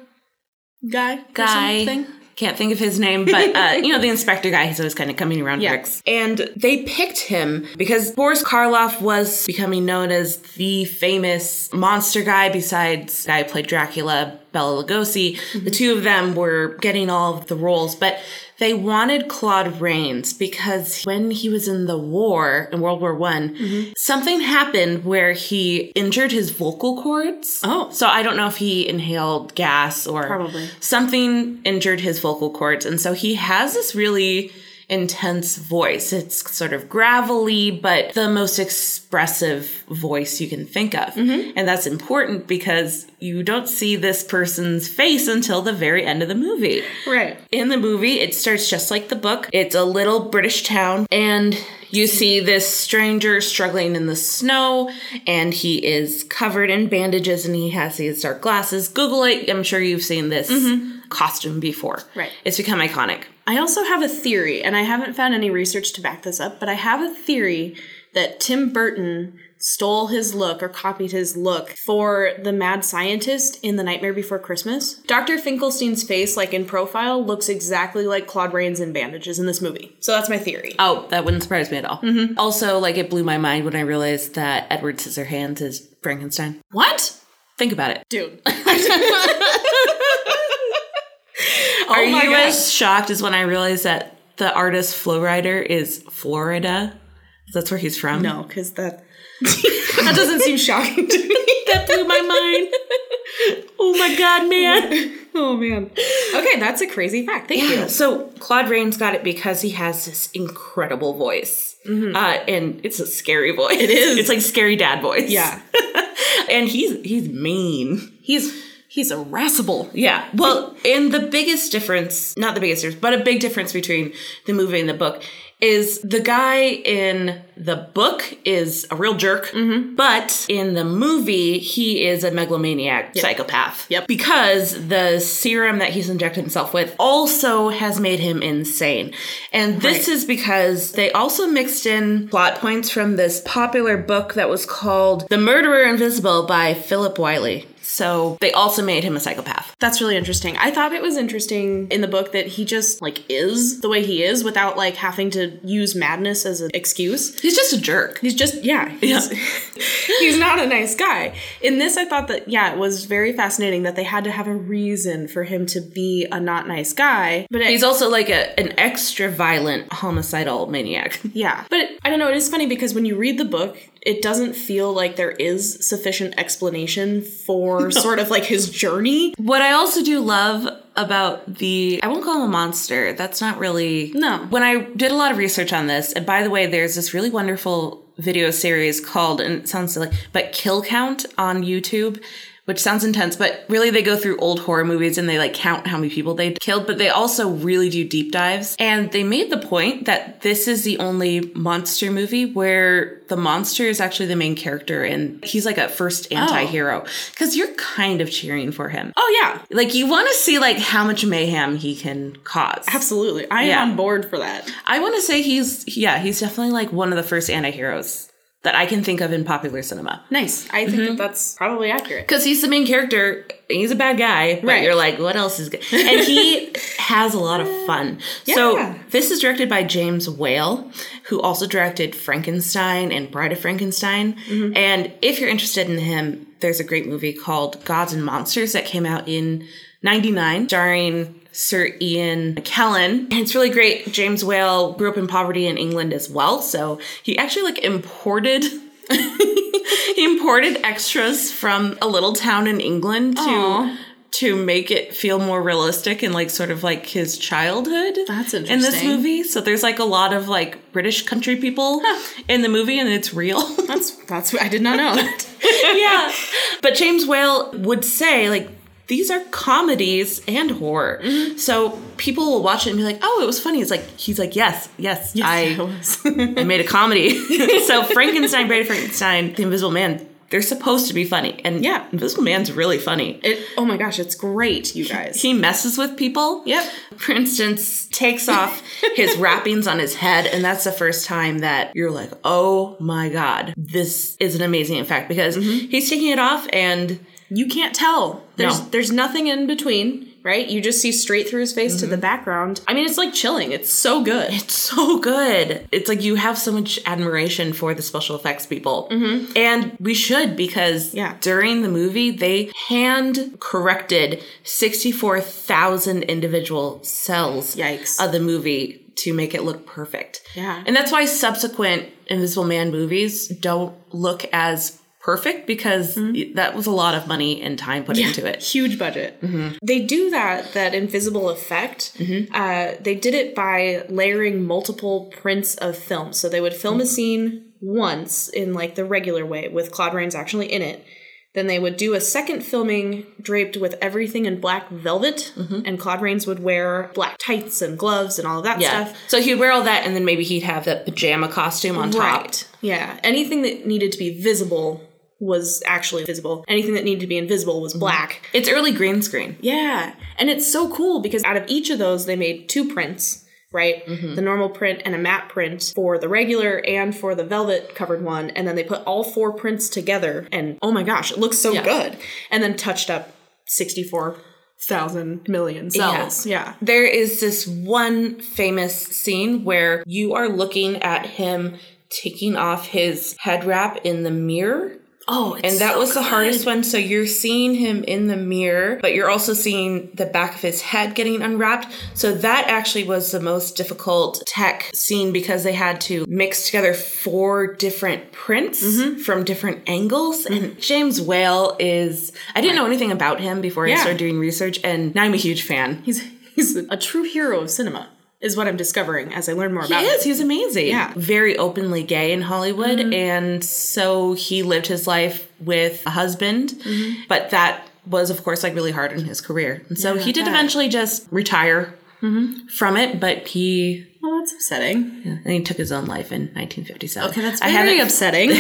Speaker 2: guy
Speaker 4: guy. Can't think of his name, but uh, you know the inspector guy. He's always kind of coming
Speaker 2: (laughs)
Speaker 4: around
Speaker 2: Yeah.
Speaker 4: tricks. And they picked him because Boris Karloff was becoming known as the famous monster guy. Besides, the guy who played Dracula, Bela Lugosi.
Speaker 2: Mm-hmm.
Speaker 4: The two of them were getting all of the roles, but they wanted Claude Rains because when he was in the war in World War One,
Speaker 2: Mm-hmm.
Speaker 4: something happened where he injured his vocal cords.
Speaker 2: Oh.
Speaker 4: so I don't know if he inhaled gas or
Speaker 2: Probably.
Speaker 4: something injured his vocal cords and so he has this really intense voice it's sort of gravelly but the most expressive voice you can think of and that's important because you don't see this person's face until the very end of the movie
Speaker 2: Right.
Speaker 4: in the movie, it starts just like the book. It's a little British town, and you see this stranger struggling in the snow, and he is covered in bandages and he has these dark glasses. Google it. I'm sure you've seen this costume before.
Speaker 2: Right.
Speaker 4: It's become iconic.
Speaker 2: I also have a theory, and I haven't found any research to back this up, but I have a theory that Tim Burton stole his look or copied his look for the mad scientist in The Nightmare Before Christmas. Dr. Finkelstein's face, like in profile, looks exactly like Claude Rains in bandages in this movie. So that's my theory.
Speaker 4: Oh, that wouldn't surprise me at all.
Speaker 2: Mm-hmm.
Speaker 4: Also, like it blew my mind when I realized that Edward Scissorhands is Frankenstein.
Speaker 2: What?
Speaker 4: Think about it.
Speaker 2: (laughs) Dude.
Speaker 4: Are
Speaker 2: Oh my
Speaker 4: you
Speaker 2: God.
Speaker 4: as shocked as when I realized that the artist Flow Rider is Florida? That's where he's from.
Speaker 2: No, because that that doesn't seem shocking to me.
Speaker 4: that blew my mind.
Speaker 2: (laughs)
Speaker 4: oh my god, man.
Speaker 2: Oh man. Okay, that's a crazy fact. Thank you.
Speaker 4: So Claude Rains got it because he has this incredible voice,
Speaker 2: Mm-hmm.
Speaker 4: uh, and it's a scary voice. It is. It's like scary dad voice.
Speaker 2: Yeah.
Speaker 4: (laughs) and he's he's mean.
Speaker 2: He's he's irascible.
Speaker 4: Yeah. Well, and the biggest difference, not the biggest difference, but a big difference between the movie and the book is the guy in the book is a real jerk,
Speaker 2: Mm-hmm.
Speaker 4: but in the movie, he is a megalomaniac psychopath.
Speaker 2: Yep.
Speaker 4: Because the serum that he's injected himself with also has made him insane. And this is because they also mixed in plot points from this popular book that was called The Murderer Invisible by Philip Wiley. So they also made him a psychopath.
Speaker 2: That's really interesting. I thought it was interesting in the book that he just like is the way he is without like having to use madness as an excuse.
Speaker 4: He's just a jerk.
Speaker 2: He's just yeah, he's
Speaker 4: (laughs)
Speaker 2: he's not a nice guy. In this I thought that yeah, it was very fascinating that they had to have a reason for him to be a not nice guy. But it,
Speaker 4: He's also like a, an extra violent homicidal maniac.
Speaker 2: Yeah. But it- I don't know, it is funny because when you read the book, it doesn't feel like there is sufficient explanation for (laughs) sort of like his journey.
Speaker 4: What I also do love about the I won't call him a monster. That's not really
Speaker 2: No.
Speaker 4: When I did a lot of research on this, and by the way, there's this really wonderful video series called and it sounds silly, but Kill Count on YouTube. Which sounds intense, but really they go through old horror movies and they like count how many people they killed, but they also really do deep dives. And they made the point that this is the only monster movie where the monster is actually the main character and he's like a first anti hero. Because you're kind of cheering for him
Speaker 2: Oh yeah,
Speaker 4: like you want to see like how much mayhem he can cause.
Speaker 2: absolutely. I am
Speaker 4: Yeah.
Speaker 2: on board for that.
Speaker 4: I want to say he's yeah, he's definitely like one of the first anti-heroes that I can think of in popular cinema.
Speaker 2: Nice. I think that that's probably accurate.
Speaker 4: Cuz he's the main character, he's a bad guy, but
Speaker 2: Right.
Speaker 4: you're like what else is good?
Speaker 2: (laughs)
Speaker 4: And he has a lot of fun.
Speaker 2: Yeah.
Speaker 4: So this is directed by James Whale, who also directed Frankenstein and Bride of Frankenstein. And if you're interested in him, there's a great movie called Gods and Monsters that came out in 99 starring Sir Ian McKellen. And it's really great. James Whale grew up in poverty in England as well, so he actually like imported (laughs) he imported extras from a little town in England to to make it feel more realistic and like sort of like his childhood.
Speaker 2: That's
Speaker 4: In this
Speaker 2: interesting.
Speaker 4: movie, so there's like a lot of like British country people in the movie, and it's real.
Speaker 2: (laughs)
Speaker 4: (laughs)
Speaker 2: That's that's I did not know (laughs) that.
Speaker 4: yeah. But James Whale would say, like, these are comedies and horror.
Speaker 2: Mm-hmm.
Speaker 4: So people will watch it and be like, oh, it was funny. It's like, he's like, yes, yes,
Speaker 2: (laughs) I
Speaker 4: I,
Speaker 2: was.
Speaker 4: I made
Speaker 2: (laughs)
Speaker 4: a comedy. (laughs) so Frankenstein, Bride of Frankenstein, The Invisible Man, they're supposed to be funny. And
Speaker 2: Yeah.
Speaker 4: Invisible Man's really funny.
Speaker 2: It, oh my gosh, it's great, you guys.
Speaker 4: he messes with people.
Speaker 2: (laughs) Yep.
Speaker 4: (laughs) For instance, takes off his wrappings on his head, and that's the first time that you're like, oh my god, this is an amazing effect because he's taking it off and
Speaker 2: You can't tell. There's
Speaker 4: No.
Speaker 2: there's nothing in between, right? You just see straight through his face to the background. I mean, it's like chilling. It's so good.
Speaker 4: it's so good. It's like you have so much admiration for the special effects people. And we should because
Speaker 2: Mm-hmm. Yeah.
Speaker 4: during the movie, they hand corrected 64,000 individual cells
Speaker 2: Yikes.
Speaker 4: of the movie to make it look perfect.
Speaker 2: Yeah.
Speaker 4: And that's why subsequent Invisible Man movies don't look as perfect because
Speaker 2: Mm-hmm.
Speaker 4: that was a lot of money and time put into it. Mm-hmm.
Speaker 2: Huge budget. They do that that invisible effect. Uh, they did it by layering multiple prints of film. So they would film
Speaker 4: Mm-hmm.
Speaker 2: a scene once in like the regular way with Claude Rains actually in it. Then they would do a second filming draped with everything in black velvet,
Speaker 4: Mm-hmm.
Speaker 2: and Claude Rains would wear black tights and gloves and all of that
Speaker 4: Yeah.
Speaker 2: stuff.
Speaker 4: So he'd wear all that and then maybe he'd have that pajama costume on top.
Speaker 2: Right. Yeah. Anything that needed to be visible was actually visible. Anything that needed to be invisible was black.
Speaker 4: It's Mm-hmm. early green screen.
Speaker 2: Yeah. And it's so cool because out of each of those, they made two prints. right?
Speaker 4: Mm-hmm.
Speaker 2: The normal print and a matte print for the regular and for the velvet covered one. And then they put all four prints together, and oh my gosh, it looks so good. And then touched up 64,000 million cells. Yeah. (laughs)
Speaker 4: There is this one famous scene where you are looking at him taking off his head wrap in the mirror.
Speaker 2: Oh, it's
Speaker 4: And that was the hardest one. So you're seeing him in the mirror, but you're also seeing the back of his head getting unwrapped. So that actually was the most difficult tech scene because they had to mix together four different prints
Speaker 2: Mm-hmm.
Speaker 4: from different angles. And James Whale is, I didn't know anything about him before I
Speaker 2: Yeah.
Speaker 4: started doing research, and now I'm a huge fan.
Speaker 2: He's, he's a true hero of cinema, is what I'm discovering as I learn more about
Speaker 4: He
Speaker 2: him.
Speaker 4: is. He's amazing.
Speaker 2: Yeah. Mm-hmm.
Speaker 4: Very openly gay in Hollywood. And so he lived his life with a husband.
Speaker 2: Mm-hmm.
Speaker 4: But that was, of course, like really hard in his career. And so he did eventually just retire
Speaker 2: Mm-hmm.
Speaker 4: from it. But he,
Speaker 2: Well, that's upsetting.
Speaker 4: and he took his own life in 1957.
Speaker 2: Okay, that's
Speaker 4: I haven't,
Speaker 2: very
Speaker 4: (laughs)
Speaker 2: upsetting.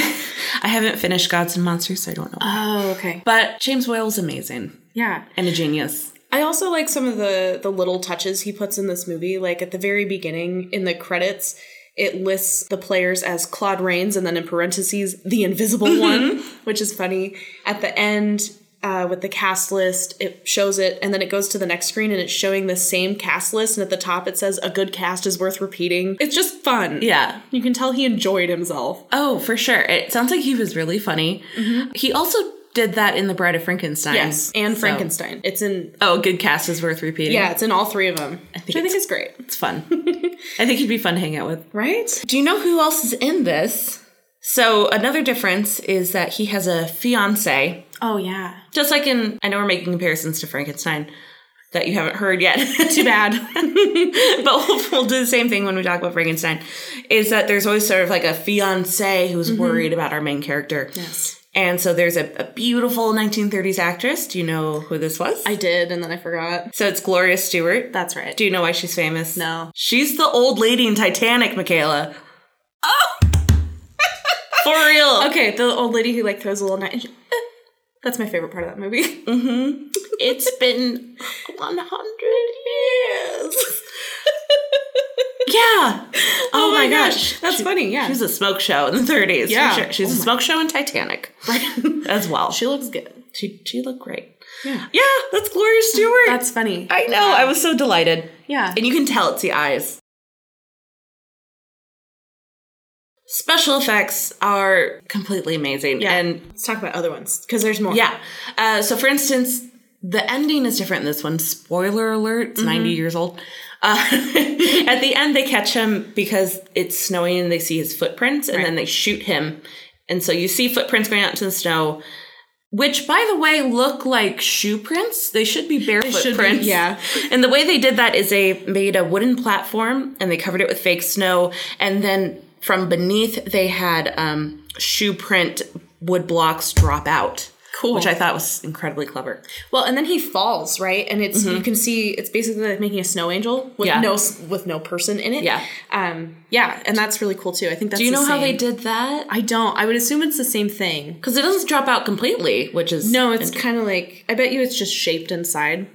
Speaker 4: I haven't finished Gods and Monsters, so I don't know.
Speaker 2: oh, okay.
Speaker 4: but James Whale's amazing
Speaker 2: Yeah.
Speaker 4: and a genius.
Speaker 2: I also like some of the the little touches he puts in this movie. Like at the very beginning in the credits, it lists the players as Claude Rains and then in parentheses the Invisible
Speaker 4: Mm-hmm.
Speaker 2: One, which is funny. At the end. Uh, with the cast list, it shows it, and then it goes to the next screen, and it's showing the same cast list. And at the top, it says a good cast is worth repeating. It's just fun.
Speaker 4: Yeah.
Speaker 2: you can tell he enjoyed himself.
Speaker 4: Oh, for sure. It sounds like he was really funny. He also did that in The Bride of Frankenstein.
Speaker 2: Mm-hmm. Yes, and
Speaker 4: So-
Speaker 2: Frankenstein. It's in
Speaker 4: Oh, good cast is worth repeating.
Speaker 2: yeah, it's in all three of them. I think, which I think
Speaker 4: it's-
Speaker 2: is great,
Speaker 4: It's fun. I think he'd be fun to hang out with. (laughs)
Speaker 2: right?
Speaker 4: Do you know who else is in this? So, another difference is that he has a fiance.
Speaker 2: Oh yeah,
Speaker 4: Just like in, I know we're making comparisons to Frankenstein that you haven't heard yet. (laughs) Too bad. but we'll, we'll do the same thing when we talk about Frankenstein. Is that there's always sort of like a fiance who's worried about our main character. Mm-hmm. Yes. And so there's a, a beautiful 1930s actress. Do you know who this was?
Speaker 2: I did, and then I forgot.
Speaker 4: so it's Gloria Stewart.
Speaker 2: That's right.
Speaker 4: Do you know why she's famous?
Speaker 2: No.
Speaker 4: She's the old lady in Titanic, Michaela. Oh! For real.
Speaker 2: Okay, the old lady who like throws a little knife. eh, That's my favorite part of that movie. (laughs)
Speaker 4: Mm. It's been 100 years. (laughs) yeah. Oh, my gosh.
Speaker 2: that's funny. Yeah,
Speaker 4: She was a smoke show in the 30s. for
Speaker 2: Yeah.
Speaker 4: sure. She was a smoke show in (laughs) Titanic as well.
Speaker 2: she looks good.
Speaker 4: She, she looked great.
Speaker 2: Yeah.
Speaker 4: Yeah, that's Gloria Stewart.
Speaker 2: That's funny.
Speaker 4: I know. I was so delighted.
Speaker 2: yeah.
Speaker 4: And you can tell it's the eyes. Special effects are completely amazing.
Speaker 2: Yeah.
Speaker 4: And
Speaker 2: Let's talk about other ones because there's more.
Speaker 4: yeah. Uh, so, for instance, the ending is different in this one. Spoiler alert, it's
Speaker 2: Mm-hmm.
Speaker 4: 90 years old. Uh, (laughs) at the end, they catch him because it's snowing and they see his footprints and then they shoot him. And so you see footprints going out into the snow, which, by the way, look like shoe prints. They should be barefoot
Speaker 2: should be,
Speaker 4: prints.
Speaker 2: yeah.
Speaker 4: And the way they did that is they made a wooden platform and they covered it with fake snow. And then from beneath, they had um, shoe print wood blocks drop out.
Speaker 2: Cool.
Speaker 4: Which I thought was incredibly clever.
Speaker 2: Well, and then he falls right, and it's you can see it's basically like making a snow angel with
Speaker 4: Mm-hmm. Yeah.
Speaker 2: no s- with no person in it.
Speaker 4: Yeah.
Speaker 2: Um. Yeah, and that's really cool too. I think that's.
Speaker 4: Do you
Speaker 2: the
Speaker 4: know how they
Speaker 2: same-
Speaker 4: did that?
Speaker 2: I don't. I would assume it's the same thing.
Speaker 4: Because it doesn't drop out completely, which is.
Speaker 2: No, it's kind of like I bet you it's just shaped inside.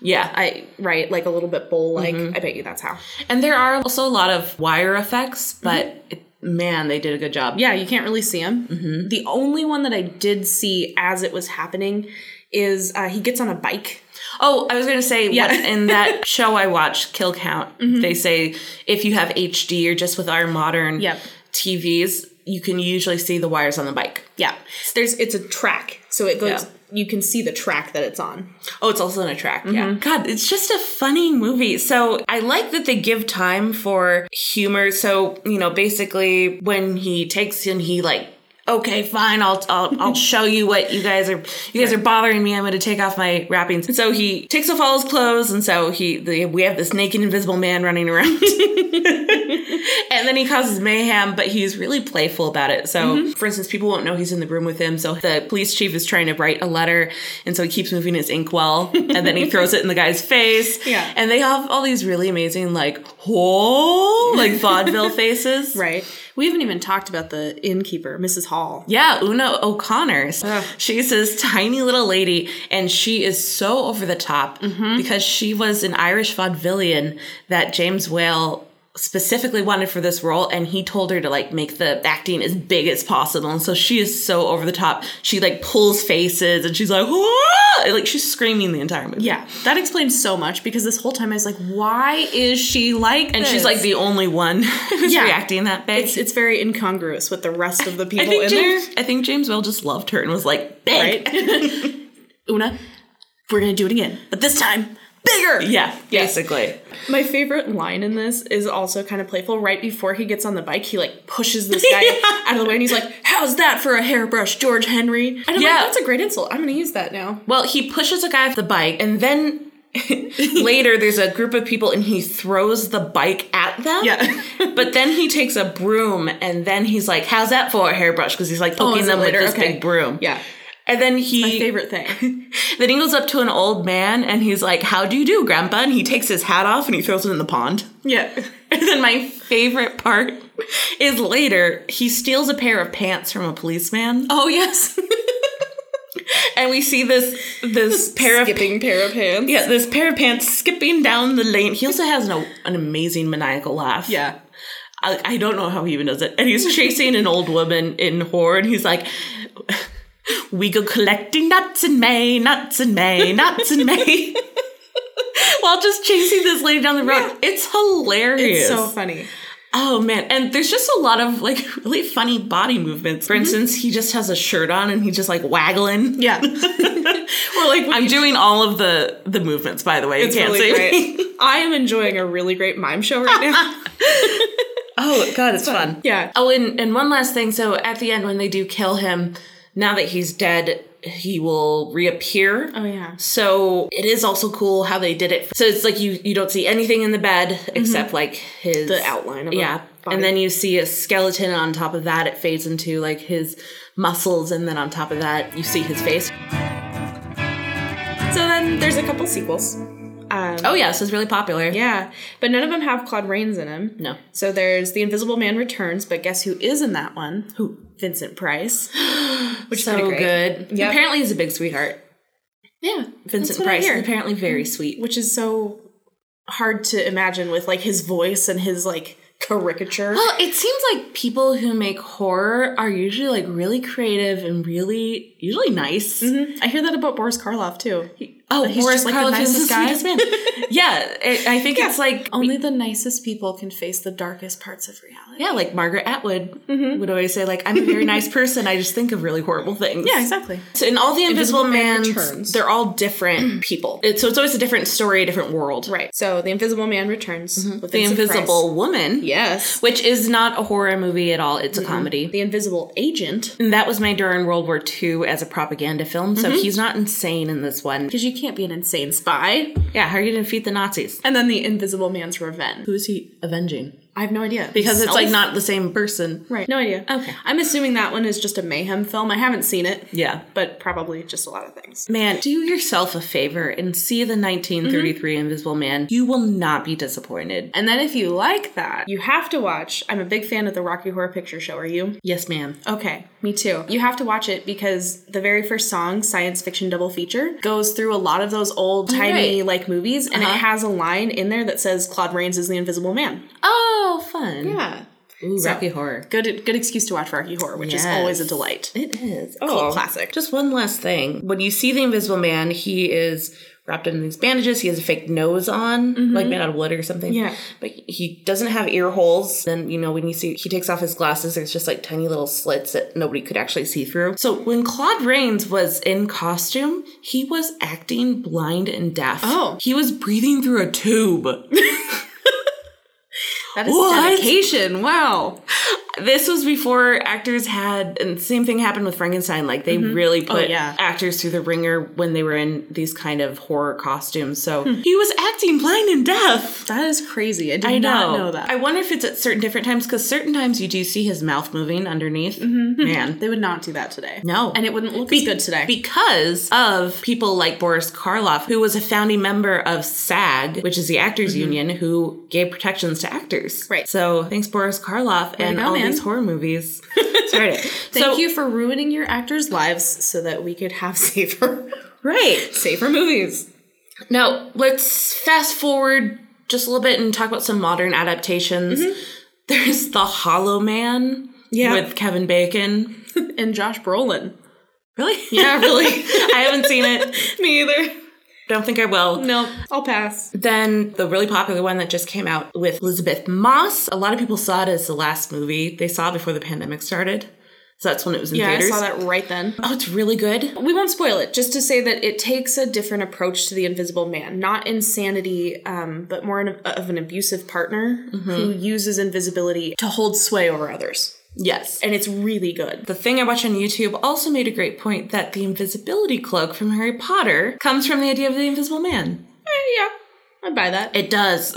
Speaker 4: Yeah.
Speaker 2: I right like a little bit bowl like.
Speaker 4: Mm-hmm.
Speaker 2: I bet you that's how.
Speaker 4: and there are also a lot of wire effects, but
Speaker 2: Mm-hmm.
Speaker 4: it, man, they did a good job.
Speaker 2: yeah, you can't really see him. The only one that I did see as it was happening is uh, he gets on a bike.
Speaker 4: Oh, I was going to say,
Speaker 2: Yeah. Mm-hmm.
Speaker 4: what, in that show I watched, Kill Count, they say if you have HD or just with our modern
Speaker 2: Yep.
Speaker 4: TVs, you can usually see the wires on the bike.
Speaker 2: Yeah, there's it's a track, so it goes.
Speaker 4: Yeah.
Speaker 2: You can see the track that it's on.
Speaker 4: Oh, it's also in a track. Yeah.
Speaker 2: Mm-hmm.
Speaker 4: God, it's just a funny movie. So I like that they give time for humor. So, you know, basically when he takes in, he like, okay, fine, I'll,
Speaker 2: (laughs)
Speaker 4: I'll, I'll show you what you guys are, you guys are bothering me. I'm going to take off my wrappings. And so he takes off all his clothes. And so he, the, we have this naked, invisible man running around. (laughs) and then he causes mayhem, but he's really playful about it. So, for instance, people won't know he's in the room with him. So the police chief is trying to write a letter, and so he keeps moving his inkwell, and then he throws it in the guy's face.
Speaker 2: Yeah.
Speaker 4: and they have all these really amazing, like, oh, like vaudeville faces.
Speaker 2: Right. We haven't even talked about the innkeeper, Mrs. Hall.
Speaker 4: Yeah, Una O'Connor's.
Speaker 2: Ugh.
Speaker 4: She's this tiny little lady, and she is so over the top
Speaker 2: Mm-hmm.
Speaker 4: because she was an Irish vaudevillian that James Whale specifically wanted for this role, and he told her to like make the acting as big as possible. And so she is so over the top. She like pulls faces, and she's like, "Whoa!" And, like she's screaming the entire movie.
Speaker 2: Yeah, that explains so much because this whole time I was like, why is she like
Speaker 4: and she's
Speaker 2: this?
Speaker 4: like the only one (laughs) who's
Speaker 2: Yeah.
Speaker 4: reacting that big.
Speaker 2: it's, it's very incongruous with the rest of the
Speaker 4: I
Speaker 2: people in
Speaker 4: think
Speaker 2: there.
Speaker 4: James, I think James Whale just loved her and was like, "Big."
Speaker 2: Una, we're gonna do it again, but this time bigger.
Speaker 4: (laughs) Yeah, basically.
Speaker 2: My favorite line in this is also kind of playful. Right before he gets on the bike, he like pushes this (laughs) guy out of the way, and he's like, "How's that for a hairbrush, George Henry?" And I'm
Speaker 4: Yeah.
Speaker 2: like, "That's a great insult. I'm gonna use that now."
Speaker 4: Well, he pushes a guy off the bike,
Speaker 2: (laughs)
Speaker 4: and then later there's a group of people, and he throws the bike at them.
Speaker 2: Yeah.
Speaker 4: (laughs) but then he takes a broom, and then he's like, "How's that for a hairbrush?" Because he's like poking
Speaker 2: Oh, is it
Speaker 4: them with
Speaker 2: later?
Speaker 4: this
Speaker 2: Okay.
Speaker 4: big broom.
Speaker 2: Yeah,
Speaker 4: And then
Speaker 2: my
Speaker 4: he
Speaker 2: favorite (laughs) thing.
Speaker 4: then he goes up to an old man, and he's like, "How do you do, Grandpa?" And he takes his hat off, and he throws it in the pond. (laughs)
Speaker 2: yeah,
Speaker 4: And then my favorite part is later he steals a pair of pants from a policeman.
Speaker 2: Oh yes, (laughs)
Speaker 4: and we see this
Speaker 2: (laughs)
Speaker 4: this pair of
Speaker 2: skipping pair of hands.
Speaker 4: yeah this pair of pants skipping down the lane. He also has an, an amazing maniacal laugh.
Speaker 2: Yeah.
Speaker 4: I, I don't know how he even does it. And he's chasing an old woman in horror, and he's like. We go collecting nuts in May, nuts in May, nuts in May, (laughs) while just chasing this lady down the road. It's hilarious.
Speaker 2: It's so funny.
Speaker 4: Oh man, and there's just a lot of like really funny body movements. For instance, he just has a shirt on and he's just like waggling.
Speaker 2: Mm-hmm. (laughs) Yeah.
Speaker 4: Or like I'm doing all of the the movements by the way.
Speaker 2: It's
Speaker 4: you can't
Speaker 2: really
Speaker 4: (laughs) see me.
Speaker 2: great. (laughs) I am enjoying a really great mime show right (laughs) now.
Speaker 4: Oh god, it's fun.
Speaker 2: yeah.
Speaker 4: Oh, and and one last thing. So at the end when they do kill him, now that he's dead, he will reappear.
Speaker 2: Oh yeah.
Speaker 4: So it is also cool how they did it. So it's like you you don't see anything in the bed except like his
Speaker 2: Mm-hmm. The outline of a
Speaker 4: Yeah.
Speaker 2: body.
Speaker 4: And then you see a skeleton on top of that it fades into like his muscles and then on top of that you see his face.
Speaker 2: So then there's a couple sequels. Um,
Speaker 4: Oh yeah, this is really popular.
Speaker 2: yeah, but none of them have Claude Rains in them.
Speaker 4: No.
Speaker 2: So there's The Invisible Man Returns, but guess who is in that one? Who? Vincent (gasps) Price. Which is
Speaker 4: So
Speaker 2: pretty great.
Speaker 4: good.
Speaker 2: Yep.
Speaker 4: Apparently he's a big sweetheart.
Speaker 2: Yeah.
Speaker 4: Vincent
Speaker 2: what I
Speaker 4: Price
Speaker 2: hear. Mm-hmm.
Speaker 4: is apparently very sweet.
Speaker 2: Which is so hard to imagine with like his voice and his like (gasps) caricature.
Speaker 4: Well, it seems like people who make horror are usually like really creative and really usually nice.
Speaker 2: Mhm. I hear that about Boris Karloff too. He-
Speaker 4: Oh,
Speaker 2: he's just,
Speaker 4: Boris
Speaker 2: like, the
Speaker 4: Karloff
Speaker 2: nicest
Speaker 4: is the
Speaker 2: guy.
Speaker 4: sweetest man.
Speaker 2: (laughs)
Speaker 4: yeah, it, I think it's like
Speaker 2: only the nicest people can face the darkest parts of reality.
Speaker 4: yeah, like Margaret Atwood
Speaker 2: Mm-hmm.
Speaker 4: would always say, like I'm a very nice person. I just think of really horrible things.
Speaker 2: Yeah, exactly.
Speaker 4: So in all the Invisible,
Speaker 2: Invisible Man
Speaker 4: Mans,
Speaker 2: Returns.
Speaker 4: they're
Speaker 2: (clears throat)
Speaker 4: all different people. It, so it's always a different story, a different world.
Speaker 2: Right. So The Invisible Man Returns with
Speaker 4: The
Speaker 2: Vincent Price.
Speaker 4: Invisible Woman,
Speaker 2: Yes.
Speaker 4: which is not a horror movie at all. It's a comedy.
Speaker 2: The Invisible Agent.
Speaker 4: And that was made during World War II as a propaganda film, so
Speaker 2: Mm-hmm.
Speaker 4: he's not insane in this one.
Speaker 2: Because you can't be an insane spy.
Speaker 4: Yeah, how are you gonna defeat the Nazis?
Speaker 2: And then the Invisible Man's Revenge. Who is he?
Speaker 4: Avenging.
Speaker 2: I have no idea.
Speaker 4: Because it's like
Speaker 2: Self?
Speaker 4: not the same person.
Speaker 2: Right. No idea.
Speaker 4: Okay.
Speaker 2: I'm assuming that one is just a mayhem film. I haven't seen it,
Speaker 4: Yeah.
Speaker 2: but probably just a lot of things.
Speaker 4: Man, do yourself a favor and see the 1933 Invisible Man. You will not be disappointed.
Speaker 2: And then if you like that, you have to watch. I'm a big fan of the Rocky Horror Picture Show, are you?
Speaker 4: Yes, ma'am.
Speaker 2: Okay, me too. You have to watch it because the very first song, Science Fiction Double Feature, goes through a lot of those old timey
Speaker 4: Oh, right. Uh-huh.
Speaker 2: like movies, and it has a line in there that says Claude Rains is the Invisible Man.
Speaker 4: Oh, fun.
Speaker 2: Yeah.
Speaker 4: Ooh, Rocky Horror.
Speaker 2: Good good excuse to watch Rocky Horror, which is
Speaker 4: Yes.
Speaker 2: always a delight.
Speaker 4: It is. Oh.
Speaker 2: Cult classic.
Speaker 4: Just one last thing. When you see the Invisible Man, he is wrapped in these bandages. He has a fake nose on, like made out of wood or something.
Speaker 2: Mm-hmm. Yeah.
Speaker 4: But he doesn't have ear holes. Then, you know, when you see he takes off his glasses, there's just like tiny little slits that nobody could actually see through. So when Claude Rains was in costume, he was acting blind and deaf.
Speaker 2: Oh.
Speaker 4: He was breathing through a tube.
Speaker 2: That is
Speaker 4: What?
Speaker 2: dedication. Wow.
Speaker 4: this was before actors had and same thing happened with frankenstein like they really
Speaker 2: Mm-hmm.
Speaker 4: put
Speaker 2: Oh, yeah.
Speaker 4: actors through the ringer when they were in these kind of horror costumes so he was acting blind and deaf
Speaker 2: That is crazy. I did
Speaker 4: I
Speaker 2: not know that.
Speaker 4: I wonder if it's at certain different times because certain times you do see his mouth moving underneath.
Speaker 2: Mm-hmm. (laughs)
Speaker 4: Man,
Speaker 2: they would not do that today.
Speaker 4: no,
Speaker 2: And it wouldn't look as good today.
Speaker 4: because of people like Boris Karloff, who was a founding member of SAG, which is the Actors Union, who gave protections to actors.
Speaker 2: Mm-hmm. Right.
Speaker 4: So thanks, Boris Karloff, and
Speaker 2: go,
Speaker 4: all these horror
Speaker 2: (laughs)
Speaker 4: movies. Start it.
Speaker 2: Thank
Speaker 4: so,
Speaker 2: you for ruining your actors' lives so that we could have (laughs) safer,
Speaker 4: Right.
Speaker 2: safer movies.
Speaker 4: Now, let's fast forward just a little bit and talk about some modern adaptations. There's The Hollow Man
Speaker 2: Mm-hmm. Yeah.
Speaker 4: with Kevin Bacon.
Speaker 2: and Josh Brolin.
Speaker 4: Really?
Speaker 2: (laughs)
Speaker 4: Yeah, (laughs) really. I haven't seen it.
Speaker 2: Me either.
Speaker 4: Don't think I will.
Speaker 2: No, I'll pass.
Speaker 4: Then the really popular one that just came out with Elizabeth Moss. A lot of people saw it as the last movie they saw before the pandemic started. So that's when it was in
Speaker 2: Yeah,
Speaker 4: theaters.
Speaker 2: I saw that right then.
Speaker 4: Oh, it's really good.
Speaker 2: We won't spoil it, just to say that it takes a different approach to the Invisible Man. Not insanity, um, but more in of an abusive partner who
Speaker 4: Mm-hmm.
Speaker 2: uses invisibility to hold sway over others.
Speaker 4: Yes.
Speaker 2: And it's really good.
Speaker 4: The thing I watched on YouTube also made a great point that the invisibility cloak from Harry Potter comes from the idea of the invisible man.
Speaker 2: Eh, yeah, I'd buy that.
Speaker 4: It does.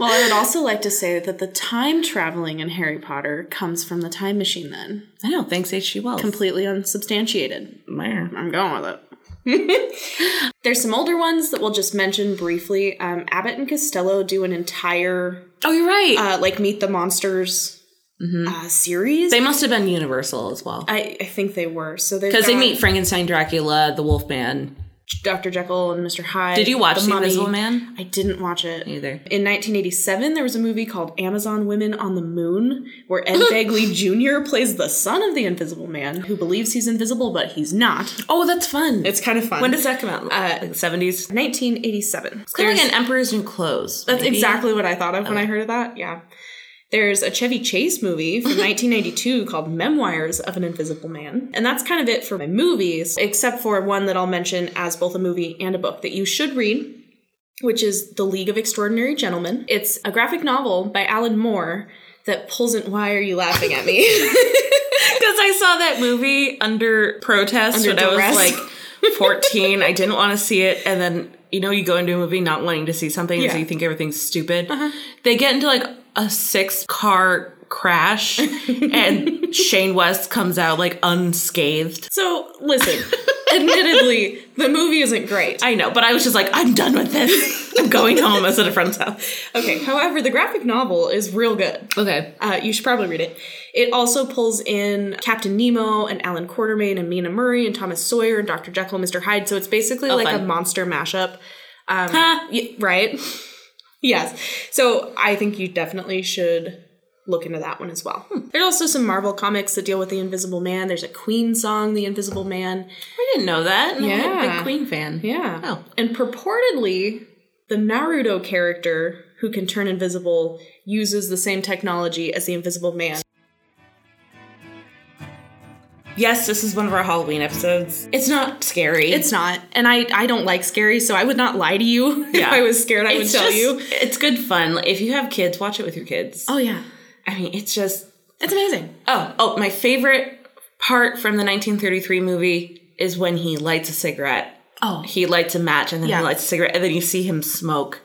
Speaker 2: Well, I would also like to say that the time traveling in Harry Potter comes from the time machine, then.
Speaker 4: I know, thanks H.G. Wells.
Speaker 2: Completely unsubstantiated.
Speaker 4: Where?
Speaker 2: I'm going with
Speaker 4: (laughs)
Speaker 2: it. There's some older ones that we'll just mention briefly. Um, Abbott and Costello do an entire
Speaker 4: Oh, you're right.
Speaker 2: uh, like Meet the Monsters uh, series.
Speaker 4: Mm-hmm. they must have been universal as well.
Speaker 2: I, I think they were. So
Speaker 4: Because they meet Frankenstein, Dracula, the Wolfman.
Speaker 2: Dr. Jekyll and Mr. Hyde.
Speaker 4: Did you watch The,
Speaker 2: Mummy.
Speaker 4: Invisible Man?
Speaker 2: I didn't watch it.
Speaker 4: Neither.
Speaker 2: In 1987, there was a movie called Amazon Women on the Moon, where
Speaker 4: (laughs)
Speaker 2: Ed Begley Jr. plays the son of the Invisible Man, who believes he's invisible, but he's not.
Speaker 4: Oh, that's fun.
Speaker 2: It's kind of fun.
Speaker 4: when does that come out? Uh, like 70s?
Speaker 2: 1987.
Speaker 4: Kind of like an Oh. Emperor's New Clothes.
Speaker 2: That's exactly what I thought of when I heard of that. Yeah. There's a Chevy Chase movie
Speaker 4: (laughs)
Speaker 2: from 1992 called Memoirs of an Invisible Man. And that's kind of it for my movies, except for one that I'll mention as both a movie and a book that you should read, which is The League of Extraordinary Gentlemen. It's a graphic novel by Alan Moore that pulls in. Why are you laughing at me? (laughs)
Speaker 4: Because I saw that movie under protest
Speaker 2: Under
Speaker 4: when
Speaker 2: duress.
Speaker 4: I was like 14. I didn't want to see it. And then, you know, you go into a movie not wanting to see something and so
Speaker 2: Yeah.
Speaker 4: you think everything's stupid. They get into like a six car (laughs) crash and Shane West comes out like unscathed.
Speaker 2: so, listen, admittedly, the movie isn't great.
Speaker 4: I know, but I was just like, I'm done with this. I'm going home. I was at a friend's (laughs) house.
Speaker 2: Okay, however, the graphic novel is real good.
Speaker 4: Okay.
Speaker 2: Uh, you should probably read it. It also pulls in Captain Nemo and Alan Quartermain and Mina Murray and Thomas Sawyer and Dr. Jekyll and Mr. Hyde. So it's basically like
Speaker 4: Oh, fun.
Speaker 2: a monster mashup,
Speaker 4: Ha.
Speaker 2: Y- right? (laughs) yes. So I think you definitely should look into that one as well.
Speaker 4: Hmm.
Speaker 2: There's also some Marvel comics that deal with the Invisible Man. There's a Queen song, The Invisible Man.
Speaker 4: I didn't know that. and I'm a
Speaker 2: Yeah.
Speaker 4: big Queen fan.
Speaker 2: Yeah.
Speaker 4: Oh.
Speaker 2: And purportedly, the Naruto character who can turn invisible uses the same technology as the Invisible Man.
Speaker 4: Yes, this is one of our Halloween episodes.
Speaker 2: It's not
Speaker 4: Scary.
Speaker 2: It's not. And I, I don't like scary, so I would not lie to you. (laughs)
Speaker 4: Yeah.
Speaker 2: If I was scared, I would
Speaker 4: It's
Speaker 2: tell
Speaker 4: just-
Speaker 2: you.
Speaker 4: It's good fun. Like, If you have kids, watch it with your kids.
Speaker 2: Oh, yeah.
Speaker 4: I mean, it's just
Speaker 2: It's amazing.
Speaker 4: oh oh. My favorite part from the 1933 movie is when he lights a cigarette.
Speaker 2: Oh.
Speaker 4: He lights a match and then
Speaker 2: Yeah.
Speaker 4: he lights a cigarette, and then you see him smoke,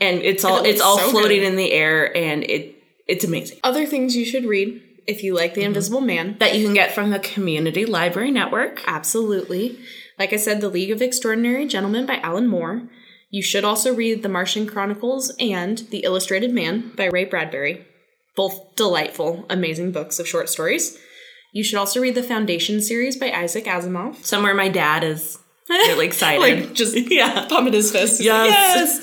Speaker 4: and it's all
Speaker 2: And it
Speaker 4: it's
Speaker 2: looks
Speaker 4: all
Speaker 2: so
Speaker 4: floating
Speaker 2: good.
Speaker 4: in the air, and it it's amazing.
Speaker 2: Other things you should read if you like The Invisible Man.
Speaker 4: That you can get from the Community Library Network.
Speaker 2: Absolutely. Like I said, The League of Extraordinary Gentlemen by Alan Moore. You should also read The Martian Chronicles and The Illustrated Man by Ray Bradbury. Both delightful, amazing books of short stories. You should also read the Foundation series by Isaac Asimov.
Speaker 4: Somewhere my dad is really
Speaker 2: (laughs)
Speaker 4: excited.
Speaker 2: like just yeah, pumping his fist.
Speaker 4: Yes.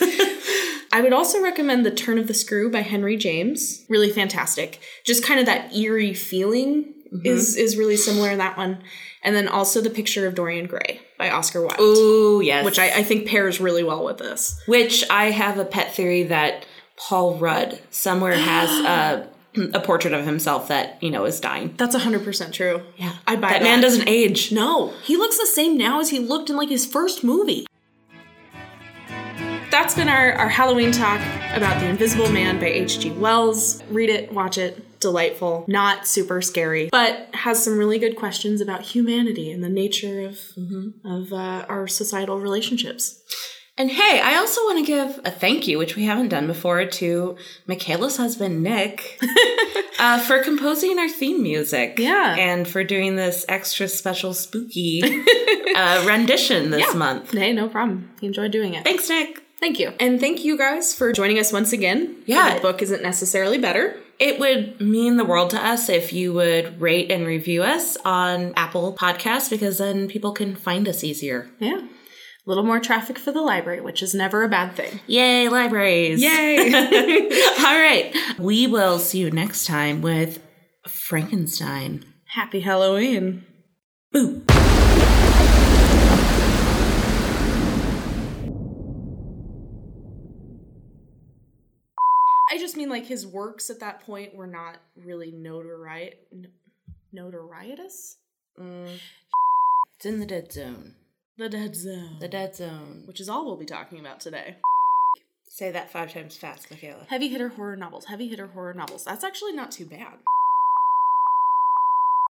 Speaker 2: I would also recommend The Turn of the Screw by Henry James. Really fantastic. Just kind of that eerie feeling is is really similar in that one. And then also The Picture of Dorian Gray by Oscar Wilde.
Speaker 4: Ooh, yes.
Speaker 2: Which I, I think pairs really well with this.
Speaker 4: Which I have a pet theory that Paul Rudd somewhere has a (clears throat) a portrait of himself that you know is dying.
Speaker 2: That's 100% true.
Speaker 4: Yeah,
Speaker 2: I buy
Speaker 4: that man
Speaker 2: that.
Speaker 4: doesn't age.
Speaker 2: No, he looks the same now as he looked in like his first movie. That's been our, our Halloween talk about The Invisible Man by H.G. Wells. Read it, watch it. Delightful, not super scary, but has some really good questions about humanity and the nature of of uh, our societal relationships.
Speaker 4: And hey, I also want to give a thank you, which we haven't done before, to Michaela's husband (laughs) Nick uh, for composing our theme music.
Speaker 2: Yeah.
Speaker 4: and for doing this extra special (laughs) spooky uh, rendition this month.
Speaker 2: Hey, no problem. He enjoyed doing it.
Speaker 4: Thanks, Nick.
Speaker 2: Thank you, and thank you guys for joining us once again.
Speaker 4: Yeah.
Speaker 2: the book isn't necessarily better.
Speaker 4: It would mean the world to us if you would rate and review us on Apple Podcasts because then people can find us easier.
Speaker 2: Yeah. A little more traffic for the library, which is never a bad thing.
Speaker 4: Yay, libraries!
Speaker 2: Yay!
Speaker 4: (laughs) All right. We will see you next time with Frankenstein.
Speaker 2: Happy Halloween.
Speaker 4: Boo.
Speaker 2: I just mean like his works at that point were not really notori- n- notorietous.
Speaker 4: It's in the dead zone.
Speaker 2: The Dead Zone,
Speaker 4: The dead zone.
Speaker 2: which is all we'll be talking about today.
Speaker 4: Say that five times fast, Michaela.
Speaker 2: Heavy hitter horror novels. Heavy hitter horror novels. That's actually not too bad.